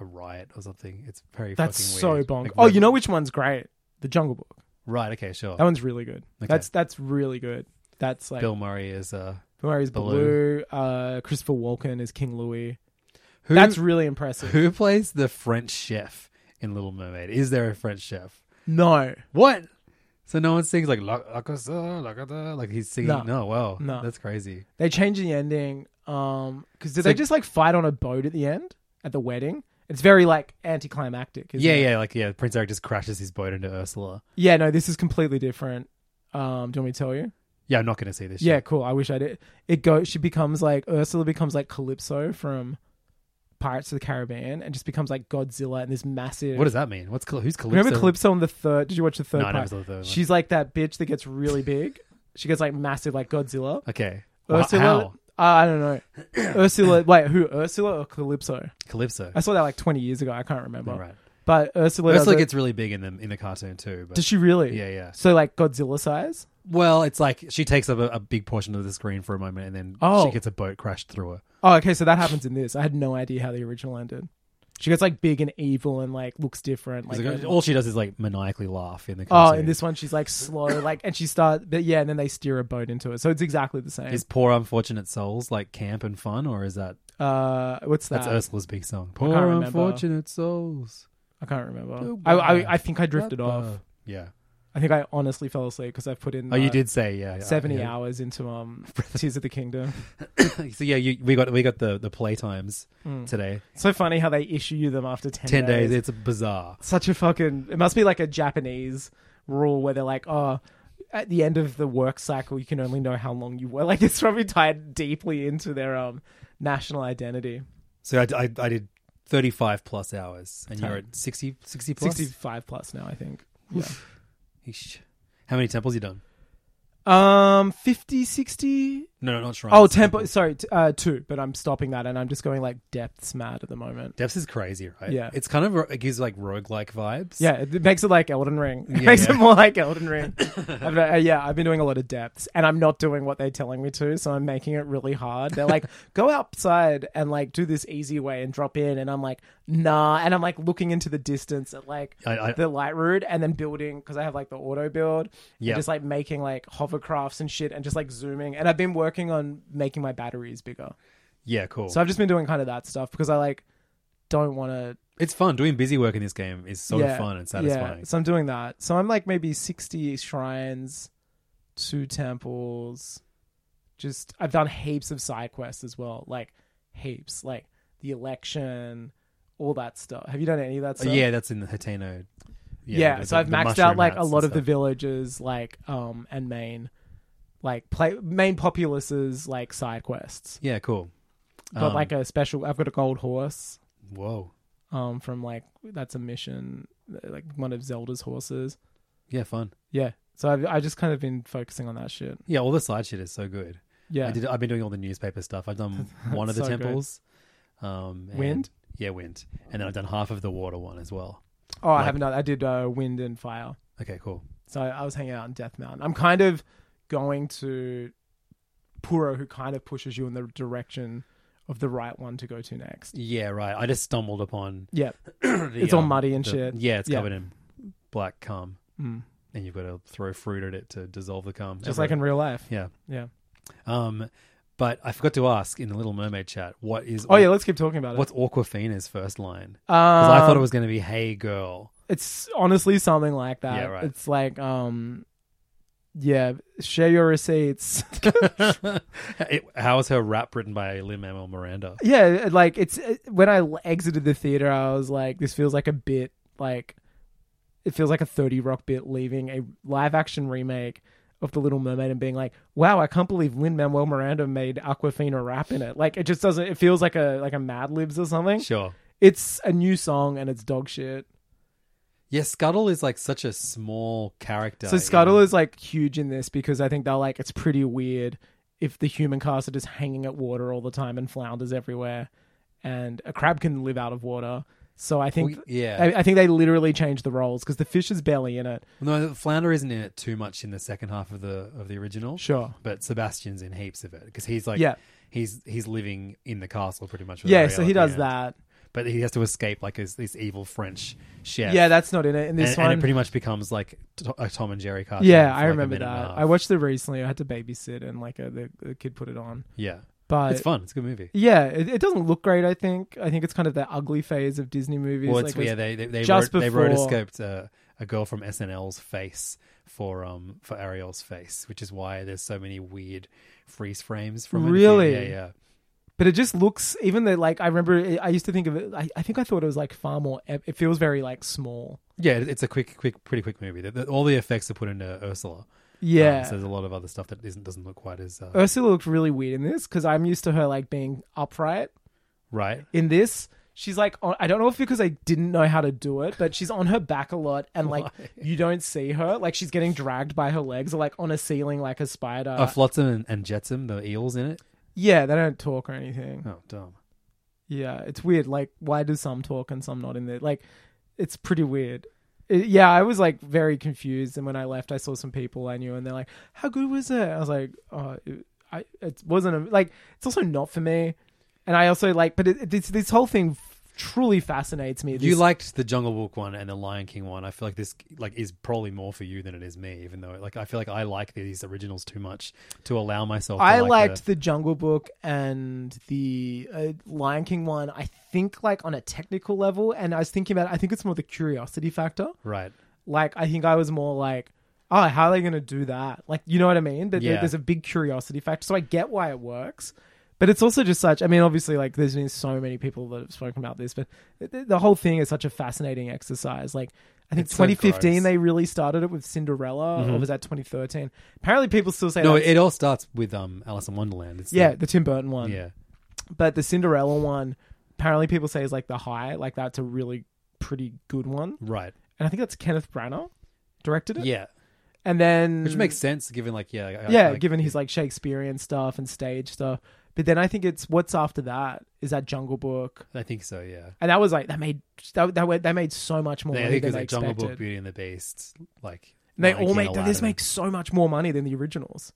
D: a riot or something. It's very
C: That's
D: fucking
C: so
D: weird.
C: bonk.
D: Like,
C: oh,
D: right-
C: you know which one's great? The Jungle Book.
D: right? Okay, sure.
C: That one's really good. That's that's really good. That's like
D: Bill Murray is uh,
C: Bill Murray's Baloo.
D: Baloo.
C: Uh, Christopher Walken is King Louis.
D: who,
C: that's really impressive.
D: who plays the French chef in Little Mermaid. Is there a French chef?
C: No,
D: What? So no one sings like la la casa, la casa," like he's singing.
C: No.
D: No, wow,
C: No.
D: that's crazy.
C: they changed the ending. Um, because did they
D: like-
C: just like fight on a boat at the end at the wedding? It's very like anticlimactic. Isn't
D: yeah,
C: it?
D: yeah, like yeah. Prince Eric just crashes his boat into Ursula.
C: yeah. No, this is completely different. Um, do you want me to tell you?
D: Yeah, I'm not gonna see this.
C: Yeah,
D: shit.
C: cool. I wish I did. It goes. She becomes like Ursula becomes like Calypso from Pirates of the Caribbean, and just becomes like Godzilla and this massive.
D: What does that mean? What's Cal- who's Calypso?
C: Remember Calypso on the third? Did you watch the third?
D: No, I never
C: part?
D: saw the third one.
C: She's like that bitch that gets really big. she gets like massive, like Godzilla.
D: Okay. Wha-
C: Ursula.
D: How?
C: Uh, I don't know. Ursula. Wait, who? Ursula or Calypso?
D: Calypso.
C: I saw that like twenty years ago. I can't remember.
D: All right.
C: But Ursula. does
D: Ursula
C: it-
D: gets really big in the in the cartoon too. But
C: Does she really?
D: Yeah, yeah.
C: So like Godzilla size.
D: Well, it's like she takes up a, a big portion of the screen for a moment, and then
C: Oh.
D: she gets a boat crashed through her.
C: Oh, okay. So that happens in this. I had no idea how the original ended. She gets like big and evil and like looks different. Like,
D: It's like, all she does is like maniacally laugh in the
C: oh,
D: cartoon.
C: in this one she's like slow, like, and she starts. But yeah, and then they steer a boat into it. So it's exactly the same.
D: Is poor unfortunate souls like camp and fun, or is that
C: Uh, what's that?
D: that's Ursula's big song?
C: can't
D: Poor
C: remember.
D: unfortunate souls.
C: I can't remember.
D: Blue
C: I, I
D: bar.
C: I think I drifted
D: Blah, blah.
C: off.
D: Yeah.
C: I think I honestly fell asleep because I put in.
D: Oh, you
C: uh,
D: did say yeah. yeah,
C: seventy
D: yeah.
C: hours into um Tears of the Kingdom.
D: so yeah, you, we got we got the the play times today.
C: So funny how they issue you them after Hmm. ten,
D: Ten days. It's bizarre.
C: Such a fucking. It must be like a Japanese rule where they're like, oh, at the end of the work cycle, you can only know how long you were. Like it's probably tied deeply into their um national identity.
D: So I, I, I did 35 plus hours, and you're at 60, 60 plus?
C: Sixty-five plus now, I think.
D: Eesh. How many temples you done?
C: Um, 50, 60.
D: No, no, not shrines.
C: Oh, tempo. Sorry, t- uh, two. But I'm stopping that, and I'm just going like depths mad at the moment.
D: Depths is crazy, right?
C: Yeah.
D: It's kind of, it gives like roguelike vibes.
C: Yeah, it it makes it like Elden Ring. It
D: Yeah,
C: makes it
D: yeah.
C: more like Elden Ring. I've, uh, yeah, I've been doing a lot of depths, and I'm not doing what they're telling me to, so I'm making it really hard. They're like, go outside and like do this easy way and drop in, and I'm like, nah, and I'm like looking into the distance at like
D: I- I-
C: the light route, and then building because I have like the auto build, and
D: Yeah.
C: just like making like hovercrafts and shit, and just like zooming, and I've been working on making my batteries bigger.
D: Yeah, cool.
C: So I've just been doing kind of that stuff because I like don't want to
D: it's fun. Doing busy work in this game is so
C: yeah,
D: fun and
C: Yeah.
D: satisfying.
C: So I'm doing that. So I'm like maybe 60 shrines, two temples. Just I've done heaps of side quests as well, like heaps, like the election, all that stuff. Have you done any of that
D: Oh,
C: stuff?
D: yeah, that's in the Hateno.
C: yeah.
D: the-
C: so
D: the-
C: I've
D: the
C: maxed out
D: mushroom
C: like a
D: hats
C: lot
D: and
C: of the
D: stuff.
C: villages, like um and main, like play main populaces, like side quests.
D: Yeah, cool.
C: Got
D: Um,
C: like a special. I've got a gold horse
D: Whoa.
C: um from like that's a mission, like one of Zelda's horses.
D: Yeah, fun.
C: Yeah. So I've I just kind of been focusing on that shit.
D: Yeah, all the side shit is so good.
C: Yeah.
D: I did, I've been doing all the newspaper stuff. I've done one of the
C: so good.
D: temples. Um, and-
C: Wind?
D: Yeah, wind. And then I've done half of the water one as well.
C: oh, I have another. I did uh, wind and fire.
D: Okay, cool.
C: So I was hanging out in Death Mountain. I'm kind of going to Puro, who kind of pushes you in the direction of the right one to go to next.
D: Yeah, right. I just stumbled upon.
C: Yeah.
D: the,
C: It's all muddy and shit.
D: Yeah, it's
C: Yeah. Mm.
D: covered in black cum, and you've got to throw fruit at it to dissolve the cum.
C: Just like in real life.
D: yeah.
C: Yeah.
D: Um, but I forgot to ask in the Little Mermaid chat what is.
C: Oh yeah, let's keep talking about it.
D: what's Aquafina's first line?
C: um,
D: Because I thought it was going to be "Hey, girl."
C: It's honestly something like that.
D: Yeah, right.
C: It's like um, yeah, share your receipts.
D: It- how is her rap written by Lin Manuel Miranda?
C: yeah, uh, like it's when I exited the theater, I was like, this feels like a bit like it feels like a 30 Rock bit leaving a live action remake of The Little Mermaid and being like, wow, I can't believe Lin Manuel Miranda made Aquafina rap in it. Like it just doesn't. It feels like a like a Mad Libs or something.
D: Sure.
C: It's a new song and it's dog shit.
D: Yeah, Scuttle is like such a small character.
C: So
D: in-
C: Scuttle is like huge in this because I think they're like it's pretty weird if the human cast are just hanging at water all the time and flounders everywhere, and a crab can live out of water. So I think,
D: Well, yeah.
C: I, I think they literally changed the roles because the fish is barely in it.
D: No, Flounder isn't in it too much in the second half of the of the original.
C: Sure.
D: but Sebastian's in heaps of it because he's like,
C: Yeah.
D: he's he's living in the castle pretty much. with
C: Yeah,
D: Ariel
C: so
D: at
C: he
D: the
C: does
D: end.
C: that.
D: but he has to escape like his, this evil French
C: Yeah.
D: chef.
C: that's not in it in this
D: and,
C: one.
D: and it pretty much becomes like t- a Tom and Jerry cartoon.
C: yeah,
D: for,
C: I
D: like, a
C: remember
D: minute and a
C: that.
D: half.
C: I watched it recently. I had to babysit, and like uh the, the kid put it on.
D: Yeah,
C: But
D: it's fun. It's a good movie.
C: Yeah, it, it doesn't look great. I think. I think it's kind of the ugly phase of Disney movies.
D: Well,
C: like,
D: it's,
C: it was-
D: yeah, they they, they
C: just
D: wrote, they
C: before-
D: rotoscoped uh, a girl from SNL's face for um for Ariel's face, which is why there's so many weird freeze frames from it.
C: Really?
D: Yeah, yeah.
C: but it just looks. Even though, like, I remember, it, I used to think of it. I, I think I thought it was like far more. ep- It feels very like small.
D: Yeah, it- it's a quick, quick, pretty quick movie. The, the, all the effects are put into Ursula. Um,
C: Yeah.
D: so there's a lot of other stuff that isn't doesn't look quite as uh,
C: Ursula looked really weird in this because I'm used to her like being upright.
D: right.
C: In this, she's like, on, I don't know if because I didn't know how to do it, but she's on her back a lot and like you don't see her. Like she's getting dragged by her legs or like on a ceiling like a spider.
D: Uh, Flotsam and, and Jetsam, the eels in it.
C: yeah, they don't talk or anything.
D: Oh, dumb.
C: Yeah, it's weird. Like, why do some talk and some not in there? Like, it's pretty weird. It- yeah, I was like very confused, and when I left, I saw some people I knew, and they're like, "How good was it?" I was like, "Oh, it, I it wasn't a, like it's also not for me." And I also like, but it, it- this this whole thing truly fascinates me.
D: You
C: This-
D: liked the Jungle Book one and the Lion King one. I feel like this like is probably more for you than it is me. Even though like I feel like I like these originals too much to allow myself. To
C: I
D: like
C: liked the Jungle Book and the uh, Lion King one. I think like on a technical level, and I was thinking about. I think it's more the curiosity factor.
D: right.
C: like I think I was more like, oh, how are they going to do that? Like, you know what I mean? That there-
D: Yeah.
C: there's a big curiosity factor. So I get why it works, but it's also just such. I mean, obviously, like there's been so many people that have spoken about this, but the, the whole thing is such a fascinating exercise. Like. I think
D: It's so
C: 2015
D: gross. Mm-hmm.
C: they really started it with Cinderella, or was that 2013? Apparently, people still say
D: No,
C: that's-
D: it all starts with um Alice in Wonderland. It's
C: yeah,
D: the-
C: the Tim Burton one.
D: yeah.
C: but the Cinderella one, apparently people say is like the high, like that's a really pretty good one.
D: Right.
C: And I think that's Kenneth Branagh directed it.
D: Yeah.
C: and then
D: Which makes sense given like yeah I- I-
C: yeah,
D: like,
C: given his like Shakespearean stuff and stage stuff. But then I think it's what's after that is that Jungle Book,
D: I think so yeah.
C: and that was like that made that that, went- that made so much more
D: They, I
C: money
D: think
C: than
D: it's
C: they
D: like
C: expected.
D: Jungle Book, Beauty and the Beast, like
C: and they
D: Lion
C: all
D: King,
C: make this
D: Aladdin.
C: makes so much more money than the originals,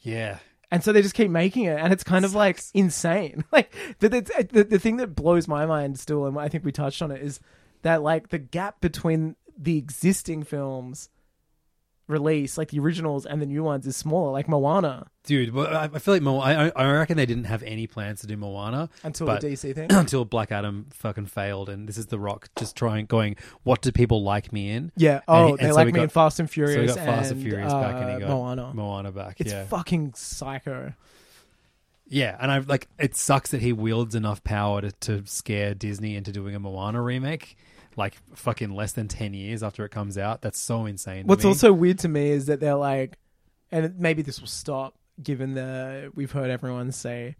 D: yeah.
C: and so they just keep making it, and it's kind of like insane. Like the the, the the thing that blows my mind still, and I think we touched on it, is that like the gap between the existing films release, like the originals and the new ones, is smaller. Like Moana
D: Dude, well, I I feel like Mo- I, I- I reckon they didn't have any plans to do Moana
C: until
D: but-
C: the DC thing.
D: until Black Adam fucking failed, and this is The Rock just trying, going, what do people like me in?
C: Yeah.
D: And he-
C: Oh,
D: and
C: they
D: so
C: like
D: we
C: me
D: got-
C: in Fast and
D: So
C: Furious.
D: he got Fast and Furious back, and
C: uh,
D: he got
C: Moana.
D: Moana back.
C: It's
D: yeah,
C: fucking psycho.
D: yeah, and I like it sucks that he wields enough power to, to scare Disney into doing a Moana remake, like fucking less than ten years after it comes out. That's so insane. to
C: What's
D: me.
C: also weird to me is that they're like, and maybe this will stop given the we've heard everyone say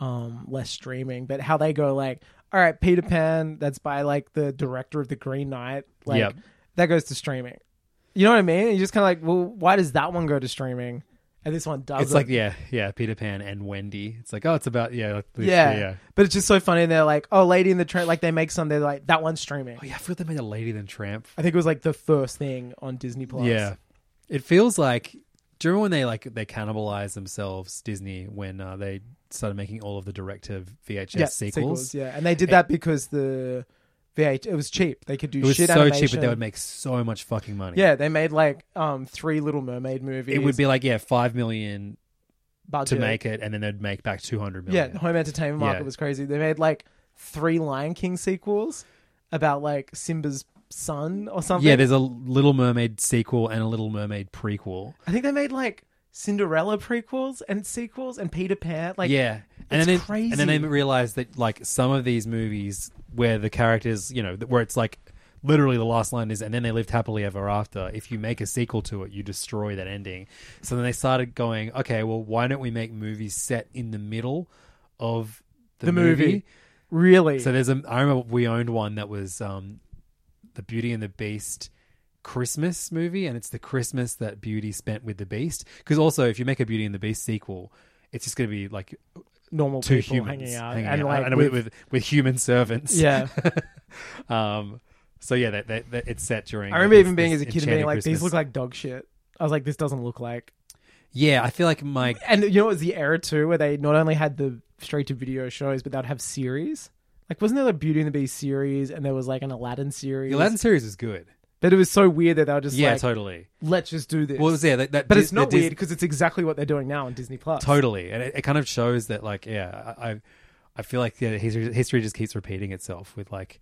C: um less streaming, but how they go like, all right, Peter Pan, that's by like the director of the Green Knight, like
D: Yep.
C: that goes to streaming. You know what I mean? You're just kind of like, well, why does that one go to streaming and this one doesn't?
D: It's like yeah, yeah, Peter Pan and Wendy. It's like oh, it's about yeah, like,
C: yeah.
D: yeah.
C: But it's just so funny. They're like, oh, Lady in the Tramp. Like they make some. They're like that one's streaming.
D: Oh yeah, I feel they made a Lady and the Tramp.
C: I think it was like the first thing on Disney Plus.
D: Yeah, it feels like. Do you remember when they like they cannibalized themselves, Disney, when uh, they started making all of the director VHS
C: yeah,
D: sequels?
C: Yeah, and they did that because the VH it was cheap. They could do
D: It was
C: shit
D: so
C: animation.
D: cheap, but they would make so much fucking money.
C: Yeah, they made like um three Little Mermaid movies.
D: it would be like yeah, five million to
C: budget.
D: make it, and then they'd make back two hundred
C: Yeah,
D: million.
C: the home entertainment market
D: Yeah.
C: was crazy. They made like three Lion King sequels about like Simba's son or something.
D: Yeah, there's a Little Mermaid sequel and a Little Mermaid prequel.
C: I think they made like Cinderella prequels and sequels and Peter Pan. Like
D: yeah, and
C: it's
D: then
C: crazy.
D: and then they realized that like some of these movies where the characters, you know, where it's like literally the last line is, and then they lived happily ever after. If you make a sequel to it, you destroy that ending. So then they started going, okay, well, why don't we make movies set in the middle of the,
C: The movie. really.
D: So there's a. I remember we owned one that was um, the Beauty and the Beast Christmas movie, and it's the Christmas that Beauty spent with the Beast. Because also, if you make a Beauty and the Beast sequel, it's just going to be like
C: normal
D: two
C: people
D: humans
C: hanging out
D: hanging
C: and
D: out,
C: like
D: and with, with with human servants.
C: yeah.
D: um. So yeah, that, that, that- it's set during.
C: I remember
D: this-
C: even being as
D: this
C: a kid and
D: enchanted
C: being like,
D: Christmas.
C: these look like dog shit. I was like, this doesn't look like.
D: Yeah, I feel like my
C: And you know, it was the era too where they not only had the straight to video shows, but they'd have series. Like, wasn't there a Beauty and the Beast series and there was like an Aladdin series?
D: the Aladdin series is good.
C: But it was so weird that they were just
D: yeah,
C: like,
D: totally.
C: let's just do this.
D: Well, it was yeah, that, that
C: but
D: Dis-
C: it's not
D: the Dis-
C: weird because it's exactly what they're doing now on Disney Plus.
D: Totally, and it, it kind of shows that like yeah, I I- I feel like yeah, history, history just keeps repeating itself with like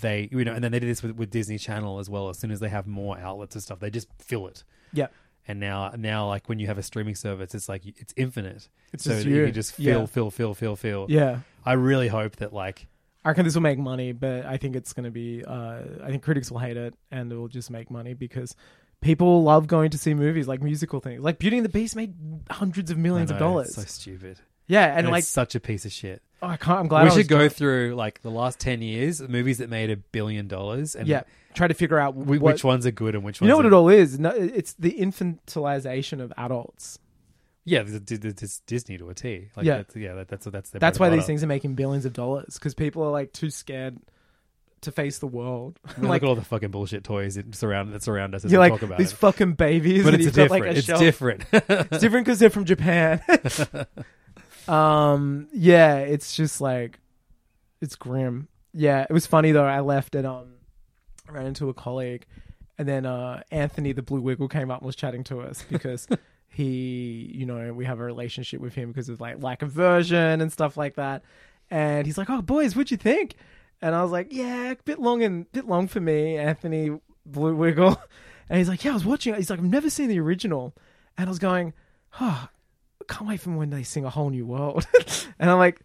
D: they you know, and then they did this with, with Disney Channel as well. As soon as they have more outlets and stuff, they just fill it.
C: Yeah.
D: And now now like when you have a streaming service, it's like it's infinite.
C: It's
D: so
C: just
D: that you
C: you.
D: can just fill,
C: Yeah.
D: fill, fill, fill, fill.
C: Yeah.
D: I really hope that like
C: I reckon this will make money, but I think it's going to be. Uh, I think critics will hate it, and it will just make money because people love going to see movies like musical things, like Beauty and the Beast made hundreds of millions
D: I
C: of
D: know,
C: dollars.
D: it's so stupid.
C: yeah, and,
D: And,
C: like
D: it's such a piece of shit.
C: oh, I can't. I'm glad
D: we
C: I was
D: should go
C: drunk.
D: through like the last ten years, movies that made a billion dollars, and
C: yeah, try to figure out
D: wh-
C: what,
D: which ones are good and which
C: You
D: ones
C: know what
D: are
C: it all is? No, it's the infantilization of adults.
D: Yeah, the, the, the, this Disney to a T. Like
C: Yeah.
D: that's, yeah, that, that's that's their
C: That's why
D: bread and
C: these
D: butter.
C: things are making billions of dollars because people are like too scared to face the world.
D: I mean,
C: like
D: look at all the fucking bullshit toys that surround that surround us as
C: you're
D: we
C: like
D: talk about
C: these
D: it.
C: fucking babies,
D: but
C: and
D: it's
C: you've got,
D: different.
C: like, a
D: it's
C: shelf
D: different.
C: it's different because they're from Japan. um, yeah, it's just like it's grim. Yeah, it was funny though. I left and um, ran into a colleague, and then uh, Anthony the Blue Wiggle came up and was chatting to us because he, you know, we have a relationship with him because of like lack of version and stuff like that. And he's like, "Oh, boys, what'd you think?" And I was like, "Yeah, a bit long and bit long for me, Anthony Blue Wiggle." And he's like, "Yeah, I was watching." it." He's like, "I've never seen the original," and I was going, "Oh, I can't wait for when they sing a whole new world." and I'm like,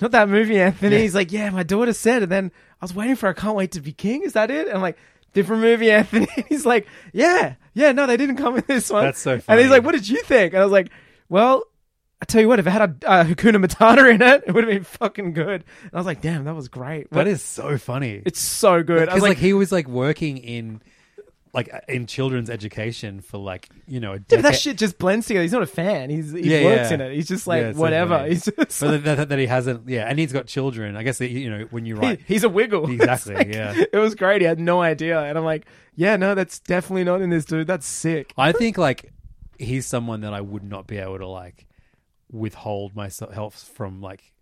C: "Not that movie, Anthony." He's like, "Yeah, my daughter said." And then I was waiting for "I Can't Wait to Be King." Is that it? And I'm like, "Different movie, Anthony." he's like, "Yeah, yeah, no, they didn't come with this one."
D: That's so
C: And he's
D: funny.
C: like, "What did you think?" And I was like, "Well." I tell you what, if it had a uh, Hakuna Matata in it, it would have been fucking good. And I was like, damn, that was great. What-
D: that is so funny.
C: it's so good. I
D: because
C: was
D: like,
C: like,
D: he was like working in like uh, in children's education for like you know a
C: yeah, but that
D: decade-
C: shit just blends together. He's not a fan. He's he
D: Yeah,
C: works
D: yeah.
C: in it. He's just like
D: Yeah, it's so
C: whatever.
D: funny.
C: he's just
D: But that, that, that he hasn't. Yeah, and he's got children. I guess that, you know when you
C: he-
D: write.
C: he's a wiggle. It's
D: Exactly,
C: like-
D: yeah.
C: It was great. He had no idea, and I'm like, yeah, no, that's definitely not in this dude. That's sick.
D: I think like he's someone that I would not be able to like withhold myself from like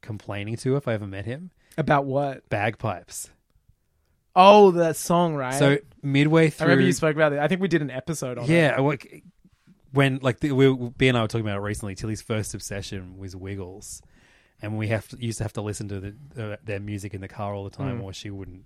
D: complaining to if I ever met him.
C: About what?
D: Bagpipes.
C: Oh, that song, right?
D: So midway
C: I
D: through,
C: remember you spoke about it. I think we did an episode on it.
D: yeah, I work- when like the, we, B and I were talking about it recently. Tilly's first obsession was Wiggles, and we have to, used to have to listen to the, uh, their music in the car all the time,
C: Mm.
D: or she wouldn't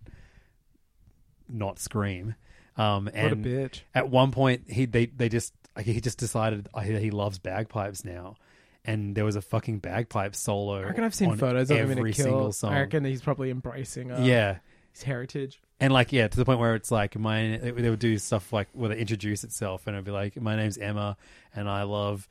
D: not scream. Um,
C: What a
D: and
C: bitch.
D: at one point he they they just like, he just decided uh, he he loves bagpipes now. And there was a fucking bagpipe solo.
C: I reckon I've seen
D: on
C: photos of him in a
D: every
C: kill.
D: single song.
C: I reckon he's probably embracing uh,
D: yeah,
C: his heritage.
D: and like yeah, to the point where it's like my they would do stuff like where they introduce itself and it'd be like, my name's Emma and I love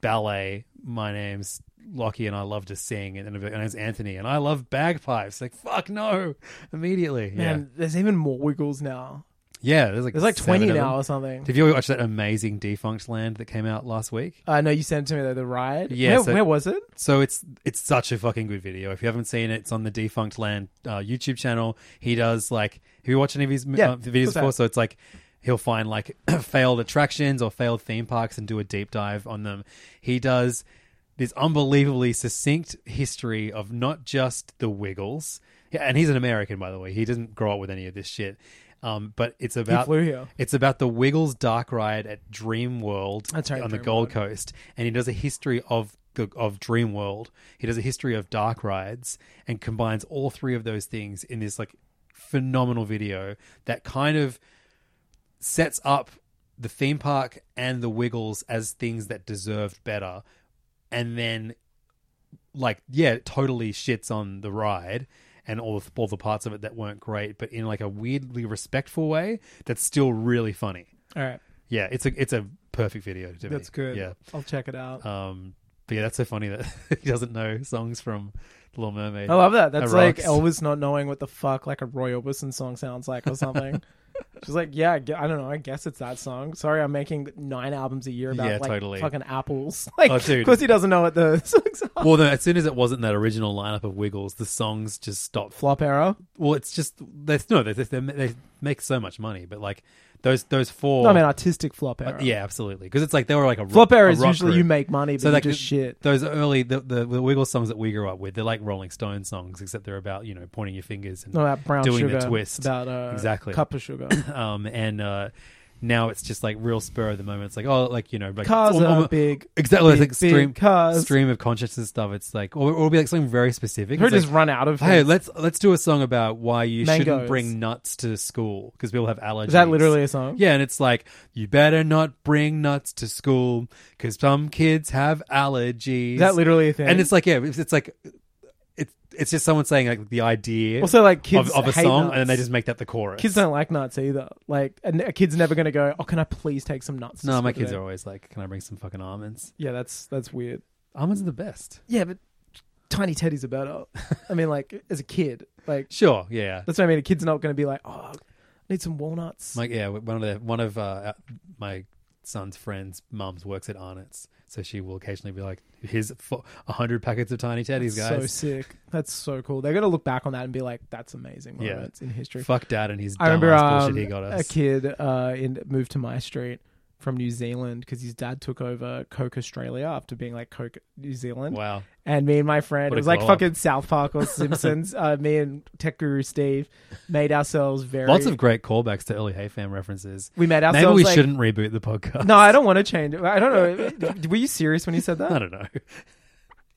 D: ballet. My name's Lockie and I love to sing. And then it'd be like, my name's Anthony and I love bagpipes. Like fuck no, immediately.
C: Man, there's even more wiggles now.
D: yeah, yeah. There's like
C: There's like
D: seven
C: 20
D: of them.
C: now or something.
D: Have you ever watched that amazing Defunct Land that came out last week?
C: Uh, no, you sent it to me though. The ride.
D: Yeah,
C: Where,
D: so-
C: where was it?
D: So it's it's such a fucking good video. If you haven't seen it, it's on the Defunct Land uh, YouTube channel. He does like have you watched any of his
C: Yeah,
D: uh, videos
C: what's that?
D: before? So it's like he'll find like failed attractions or failed theme parks and do a deep dive on them. He does this unbelievably succinct history of not just the Wiggles, Yeah, and he's an American by the way. He didn't grow up with any of this shit. Um, but it's about
C: flew here.
D: it's about the Wiggles dark ride at Dream World
C: That's right,
D: on the
C: Dream
D: Gold Coast, and he does a history of the of Dream World. He does a history of dark rides, and combines all three of those things in this like phenomenal video that kind of sets up the theme park and the Wiggles as things that deserved better, and then like yeah, it totally shits on the ride and all the, all the parts of it that weren't great, but in like a weirdly respectful way that's still really funny.
C: All right,
D: Yeah, it's a it's a perfect video to me.
C: that's good.
D: Yeah.
C: I'll check it out.
D: Um, but yeah, that's so funny that he doesn't know songs from The Little
C: Oh,
D: Mermaid.
C: I love that. That's
D: Uh,
C: like
D: rocks.
C: Elvis not knowing what the fuck like a Roy Orbison song sounds like or something. She's like, yeah, I gue- I don't know. I guess it's that song. Sorry, I'm making nine albums a year about
D: Yeah,
C: like
D: totally.
C: fucking apples. Like,
D: Oh,
C: of
D: dude.
C: course he doesn't know what the songs are.
D: Well, no, as soon as it wasn't that original lineup of Wiggles, the songs just stopped.
C: Flop error.
D: Well, it's just they no, they, they, they make so much money, but like those those four.
C: No, I mean artistic flop error.
D: Uh, yeah, absolutely. Because it's like they were like a ro-
C: Flop error
D: a
C: is
D: rock
C: usually
D: group.
C: you make money, but you just
D: th-
C: shit.
D: Those early the, the the Wiggles songs that we grew up with, they're like Rolling Stone songs, except they're about you know pointing your fingers and
C: No, about brown
D: doing
C: sugar.
D: the twist
C: About uh,
D: exactly.
C: cup of sugar.
D: um, and uh, now it's just like real spur of the moment. It's like oh, like you know, like
C: Cars
D: almo-
C: are
D: almo-
C: big,
D: exactly
C: big,
D: like stream
C: big cars.
D: stream of consciousness stuff. It's like or, or it'll be like something very specific.
C: Who
D: It's
C: just
D: like,
C: run out of?
D: Hey,
C: things?
D: let's let's do a song about why you
C: Mangoes.
D: shouldn't bring nuts to school because people have allergies.
C: is that literally a song?
D: Yeah, and it's like you better not bring nuts to school because some kids have allergies.
C: Is that literally a thing?
D: And it's like yeah, it's, it's like it's it's just someone saying like the idea
C: Also, like, kids
D: of, of a
C: hate
D: song,
C: nuts.
D: and then they just make that the chorus.
C: kids don't like nuts either. Like a, a kid's never going to go. Oh, can I please take some nuts? to
D: No, my
C: school
D: kids
C: today?"
D: are always like, "Can I bring some fucking almonds?
C: Yeah, that's that's weird.
D: Almonds are the best."
C: Yeah, but tiny teddies are better. I mean, like as a kid, like
D: Sure, yeah.
C: that's what I mean. A kid's not going to be like, oh, I need some walnuts.
D: Like yeah, one of the one of uh, my son's friends' mums works at Arnott's, so she will occasionally be like, "Here's a hundred packets of Tiny Teddies,
C: so
D: guys."
C: sick. That's so cool. They're going to look back on that and be like, that's amazing.
D: Yeah.
C: Moments in history.
D: Fuck dad and his dumbass
C: I remember um,
D: bullshit he got
C: a
D: us.
C: kid uh, in, moved to my street from New Zealand because his dad took over Coke Australia after being like Coke New Zealand.
D: Wow.
C: And me and my friend,
D: What
C: it
D: a
C: was like
D: glow up.
C: fucking South Park or Simpsons. uh, me and Tech Guru Steve made ourselves very
D: Lots of great callbacks to early Hey Fam references.
C: We made
D: Maybe
C: ourselves
D: we
C: like-
D: shouldn't reboot the podcast.
C: No, I don't want to change it. I don't know. Were you serious when you said that?
D: I don't know.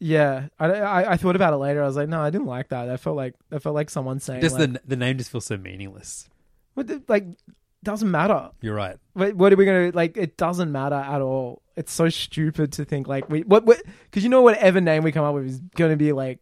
C: Yeah, I, I, I thought about it later. I was like, no, I didn't like that. I felt like I felt like someone saying
D: Just
C: like,
D: the the name just feels so meaningless.
C: what the, like doesn't matter.
D: You're right.
C: What, what are we gonna like? It doesn't matter at all. It's so stupid to think like we what what because you know whatever name we come up with is gonna be like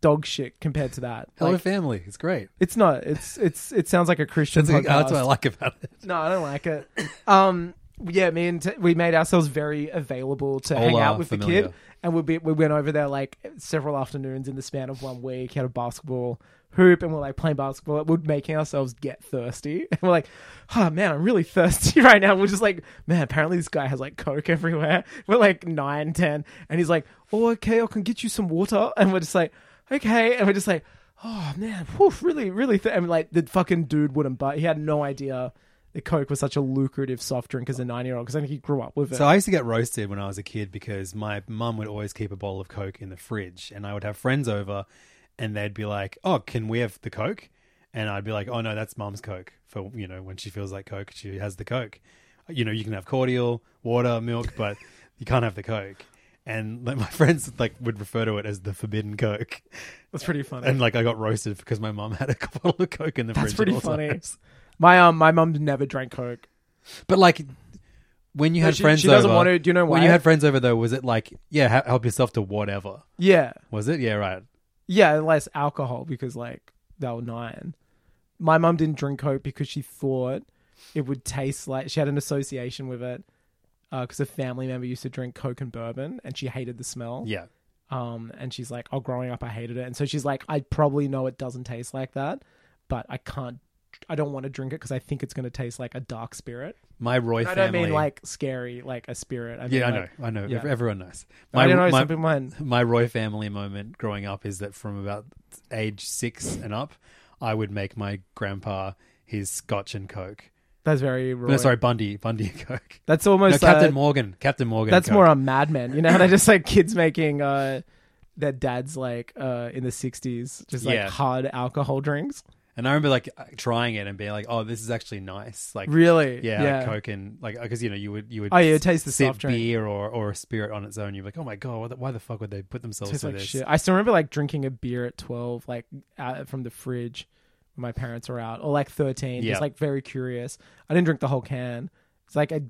C: dog shit compared to that.
D: Hello
C: Like,
D: Family. It's great.
C: it's not. It's it's it sounds like a Christian
D: That's, like,
C: podcast.
D: that's what I like about it.
C: No, I don't like it. Um, yeah, me and t- we made ourselves very available to hang
D: Hola,
C: out with
D: familiar.
C: the kid, and we be, we went over there like several afternoons in the span of one week. Had a basketball hoop, and we're like playing basketball. We're making ourselves get thirsty, and we're like, "Oh man, I'm really thirsty right now." We're just like, "Man, apparently this guy has like coke everywhere." We're like nine, ten, and he's like, "Oh, okay, I can get you some water," and we're just like, "Okay," and we're just like. Oh man, whew, really, really. Th-. And like the fucking dude wouldn't, but he had no idea the Coke was such a lucrative soft drink as a nine year old because I think he grew up with it.
D: So I used to get roasted when I was a kid because my mum would always keep a bottle of Coke in the fridge, and I would have friends over, and they'd be like, "Oh, can we have the Coke?" And I'd be like, "Oh no, that's mum's Coke for you know when she feels like Coke, she has the Coke. You know, you can have cordial, water, milk, but you can't have the Coke." And like, my friends like would refer to it as the forbidden Coke,
C: That's pretty funny.
D: and like I got roasted because my mum had a bottle of Coke in the
C: That's
D: fridge.
C: pretty
D: at all
C: funny.
D: times.
C: my um, my mum never drank Coke.
D: But like when you
C: No,
D: had
C: she-
D: friends
C: she doesn't
D: over,
C: want to- do you know
D: when
C: why?
D: you had friends over though, was it like yeah, ha- help yourself to whatever?
C: Yeah,
D: Was it? Yeah, right.
C: yeah, less alcohol because like they were nine. My mum didn't drink Coke because she thought it would taste like she had an association with it because a family member used to drink Coke and bourbon and she hated the smell.
D: Yeah,
C: Um, and she's like, "Oh, growing up, I hated it," and so she's like, "I probably know it doesn't taste like that, but I can't." I don't want to drink it because I think it's going to taste like a dark spirit.
D: my Roy
C: I
D: family.
C: don't mean like scary, like a spirit. I mean,
D: yeah, I know,
C: like-
D: I know.
C: yeah.
D: Ev- Everyone knows.
C: I don't know.
D: my,
C: something went.
D: my Roy family moment growing up is that from about age six and up, I would make my grandpa his Scotch and Coke.
C: That's very. Roy.
D: No, sorry, Bundy, Bundy and Coke.
C: That's
D: No,
C: almost
D: Captain
C: uh,
D: Morgan, Captain Morgan.
C: That's
D: and
C: more um,
D: Coke.
C: on Mad Men. You know, and I just like kids making uh, their dads like uh, in the '60s, just like
D: Yeah.
C: hard alcohol drinks.
D: And I remember like trying it and being like, "Oh, this is actually nice." Like,
C: Really?
D: yeah,
C: Yeah.
D: Like Coke and like because you know you would you would
C: Oh, yeah, it tastes the
D: sip
C: soft drink.
D: beer or or a spirit on its own. You're like, "Oh my god, why the, why the fuck would they put themselves
C: Tastes
D: through
C: like
D: this?"
C: shit. I still remember like drinking a beer at 12, like out from the fridge when my parents were out, or like 13,
D: Yeah.
C: just like very curious. I didn't drink the whole can. It's like I,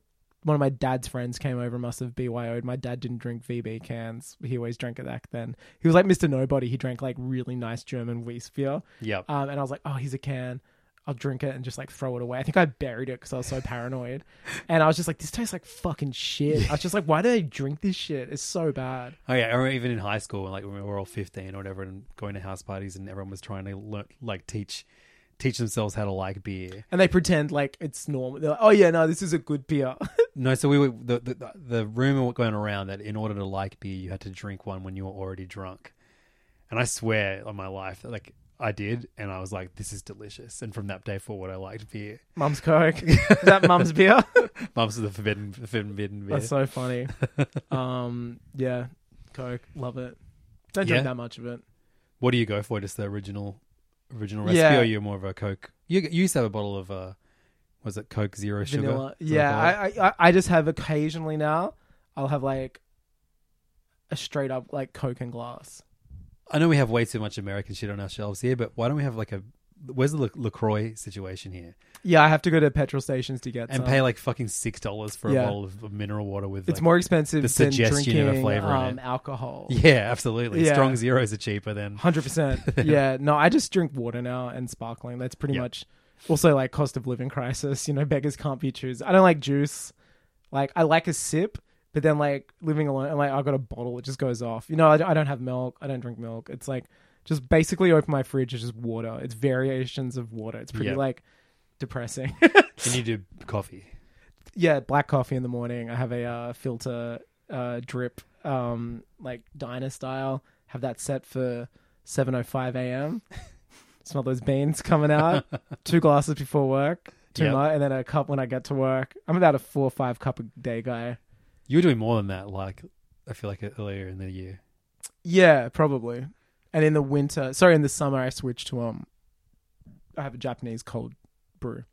C: one of my dad's friends came over, must have BYO'd. My dad didn't drink VB cans. He always drank it back then. He was like Mr. Nobody. He drank like really nice German Weiss beer.
D: Yep.
C: Um, and I was like, oh, he's a can. I'll drink it and just like throw it away. I think I buried it because I was so paranoid. And I was just like, this tastes like fucking shit. I was just like, why do they drink this shit? It's so bad.
D: Oh yeah, I remember even in high school, like when we were all fifteen or whatever, and going to house parties, and everyone was trying to learn, like teach teach themselves how to like beer.
C: and they pretend like it's normal. They're like, oh yeah, no, this is a good beer.
D: No, so we were the the, the rumor going around that in order to like beer, you had to drink one when you were already drunk. And I swear on my life, that, like I did, and I was like, "This is delicious." And from that day forward, I liked beer.
C: mum's Coke. is that mum's beer?
D: Mum's the forbidden, forbidden beer.
C: That's so funny. Um, yeah, Coke, love it. Don't
D: Yeah.
C: drink that much of it.
D: what do you go for? Just the original, original recipe,
C: Yeah.
D: or you're more of a Coke? You, you used to have a bottle of, uh, was it Coke Zero Sugar?
C: Vanilla.
D: Is that
C: Yeah,
D: what
C: I, I- I I just have occasionally now. I'll have like a straight up like Coke and glass.
D: I know we have way too much American shit on our shelves here, but why don't we have like a? Where's the La- Lacroix situation here?
C: Yeah, I have to go to petrol stations to get
D: And
C: some.
D: pay like fucking six dollars for a
C: uh, Yeah.
D: bottle of mineral water with.
C: it's
D: like-
C: more expensive
D: the
C: than
D: suggestion of a
C: drinking
D: flavor in
C: um,
D: it.
C: alcohol.
D: Yeah, absolutely.
C: Yeah.
D: Strong zeros are cheaper than.
C: Hundred percent. Yeah. No, I just drink water now and sparkling. That's pretty
D: Yeah.
C: much. Also, like cost of living crisis. You know, beggars can't be choosers. I don't like juice. Like I like a sip, but then like living alone, and like I got a bottle, it just goes off. You know, I, don't- I don't have milk. I don't drink milk. It's like just basically open my fridge. It's just water. It's variations of water. It's pretty
D: Yeah.
C: like depressing.
D: And you do coffee.
C: yeah, black coffee in the morning. I have a uh, filter uh, drip, um, like diner style. Have that set for seven oh five a.m. Smell those beans coming out. Two glasses before work, two
D: Yep.
C: mu- and then a cup when I get to work. I'm about a four or five cup a day guy.
D: You were doing more than that. Like I feel like earlier in the year.
C: Yeah, probably. And in the winter, sorry, in the summer, I switch to um, I have a Japanese cold brew,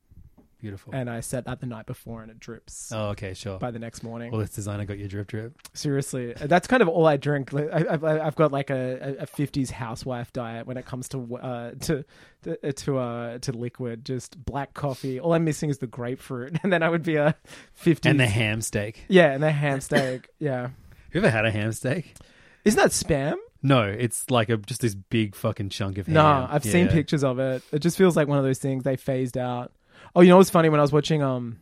D: Beautiful.
C: and I set that the night before, and it drips
D: oh, okay, sure.
C: by the next morning.
D: well, this designer got your drip drip.
C: Seriously, that's kind of all I drink. Like, I, I've, I've got like a, a- a '50s housewife diet when it comes to uh, to to to, uh, to liquid. Just black coffee. All I'm missing is the grapefruit, and then I would be a '50s.
D: And the ham steak.
C: yeah, and the ham steak. yeah,
D: Have you ever had a ham steak?
C: isn't that spam?
D: No, it's like a just this big fucking chunk of ham.
C: No, I've seen
D: Yeah.
C: pictures of it. It just feels like one of those things they phased out. Oh, you know what's funny? When I was watching um,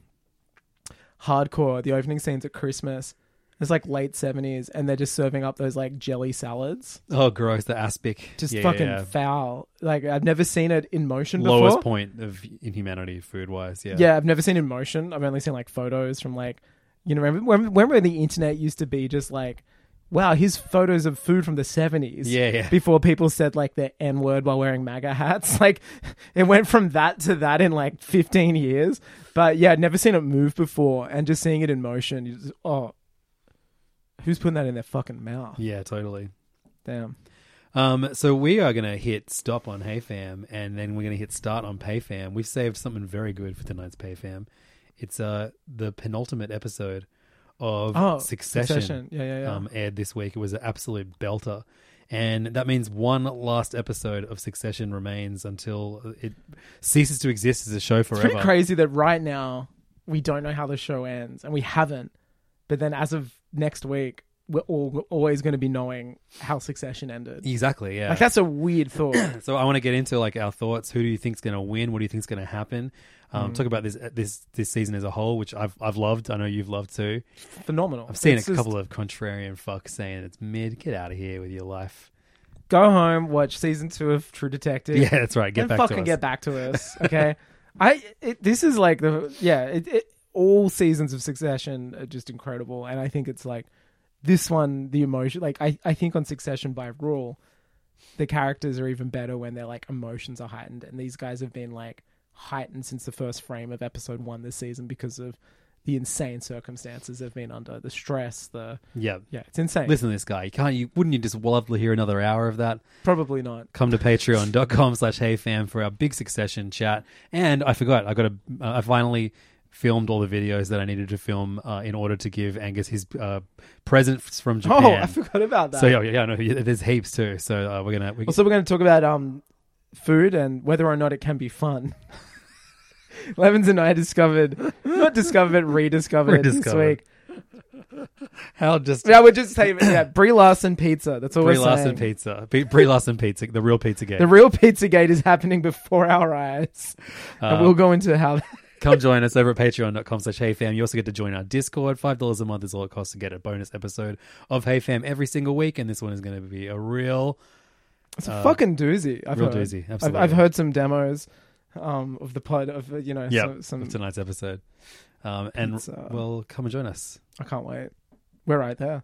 C: Hardcore, the opening scenes at Christmas. It's like late seventies, and they're just serving up those like jelly salads.
D: Oh, gross! The aspic,
C: just
D: Yeah,
C: fucking
D: yeah.
C: foul. Like I've never seen it in motion before.
D: lowest point of inhumanity, food wise. Yeah,
C: Yeah. I've never seen it in motion. I've only seen like photos from like you know remember when remember the internet used to be just like wow here's photos of food from the 70s
D: Yeah, yeah.
C: before people said like the n word while wearing maga hats like it went from that to that in like 15 years but yeah i'd never seen it move before and just seeing it in motion you just, oh who's putting that in their fucking mouth
D: Yeah, totally.
C: damn
D: Um, so we are gonna hit stop on HeyFam, and then we're gonna hit start on PayFam. We've saved something very good for tonight's PayFam. It's uh the penultimate episode of
C: Oh,
D: Succession.
C: Succession. Yeah, yeah, yeah.
D: Um, aired this week. It was an absolute belter, and that means one last episode of Succession remains until it ceases to exist as a show forever.
C: It's pretty crazy that right now we don't know how the show ends and we haven't. But then as of next week, we're, all, we're always going to be knowing how Succession ended.
D: Exactly. Yeah.
C: Like that's a weird thought.
D: So I want to get into like our thoughts. Who do you think's going to win? What do you think's going to
C: Mm.
D: happen? Um, Talk about this this this season as a whole, which I've I've loved. I know you've loved too.
C: Phenomenal.
D: I've seen a couple of contrarian fucks saying it's mid. Get out of here with your life.
C: Go home, watch season two of True Detective.
D: Yeah, that's right. Get
C: and
D: back
C: fucking
D: to us.
C: get back to us. Okay, I it, this is like the yeah. It, it, all seasons of Succession are just incredible, and I think it's like this one the emotion. Like I I think on Succession by rule, the characters are even better when their like emotions are heightened, and these guys have been like heightened since the first frame of episode one this season because of the insane circumstances they've been under, the stress, the
D: Yeah.
C: yeah, it's insane.
D: Listen to this guy. You can't you wouldn't you just love to hear another hour of that?
C: Probably not.
D: Come to patreon.com slash heyfam for our big succession chat. And I forgot, I got a uh, I finally filmed all the videos that I needed to film uh, in order to give Angus his uh, presents from Japan.
C: Oh, I forgot about that.
D: So yeah, yeah, no, yeah, there's heaps too. So uh, we're gonna. We,
C: Also, we're going to talk about um, food and whether or not it can be fun. Levins and I discovered, not discovered, rediscovered,
D: Rediscovered.
C: this week.
D: how just
C: Yeah, we're just saying, yeah, Brie Larson pizza. That's all
D: Brie
C: we're saying.
D: Larson pizza, P- Brie Larson pizza, the real pizza game.
C: The real Pizzagate is happening before our eyes. and we'll go into how.
D: Uh, Come join us over at patreon.com slash heyfam. You also get to join our Discord. $5 a month is all it costs to get a bonus episode of HeyFam every single week. And this one is going to be a real...
C: It's a fucking doozy. I've
D: uh, real
C: heard.
D: doozy,
C: I've- I've,
D: absolutely.
C: heard some demos. um, of the pod of uh, you know
D: Yeah,
C: some, some
D: of tonight's episode. Um, and
C: It's, uh,
D: well, come and join us.
C: I can't wait. We're right there.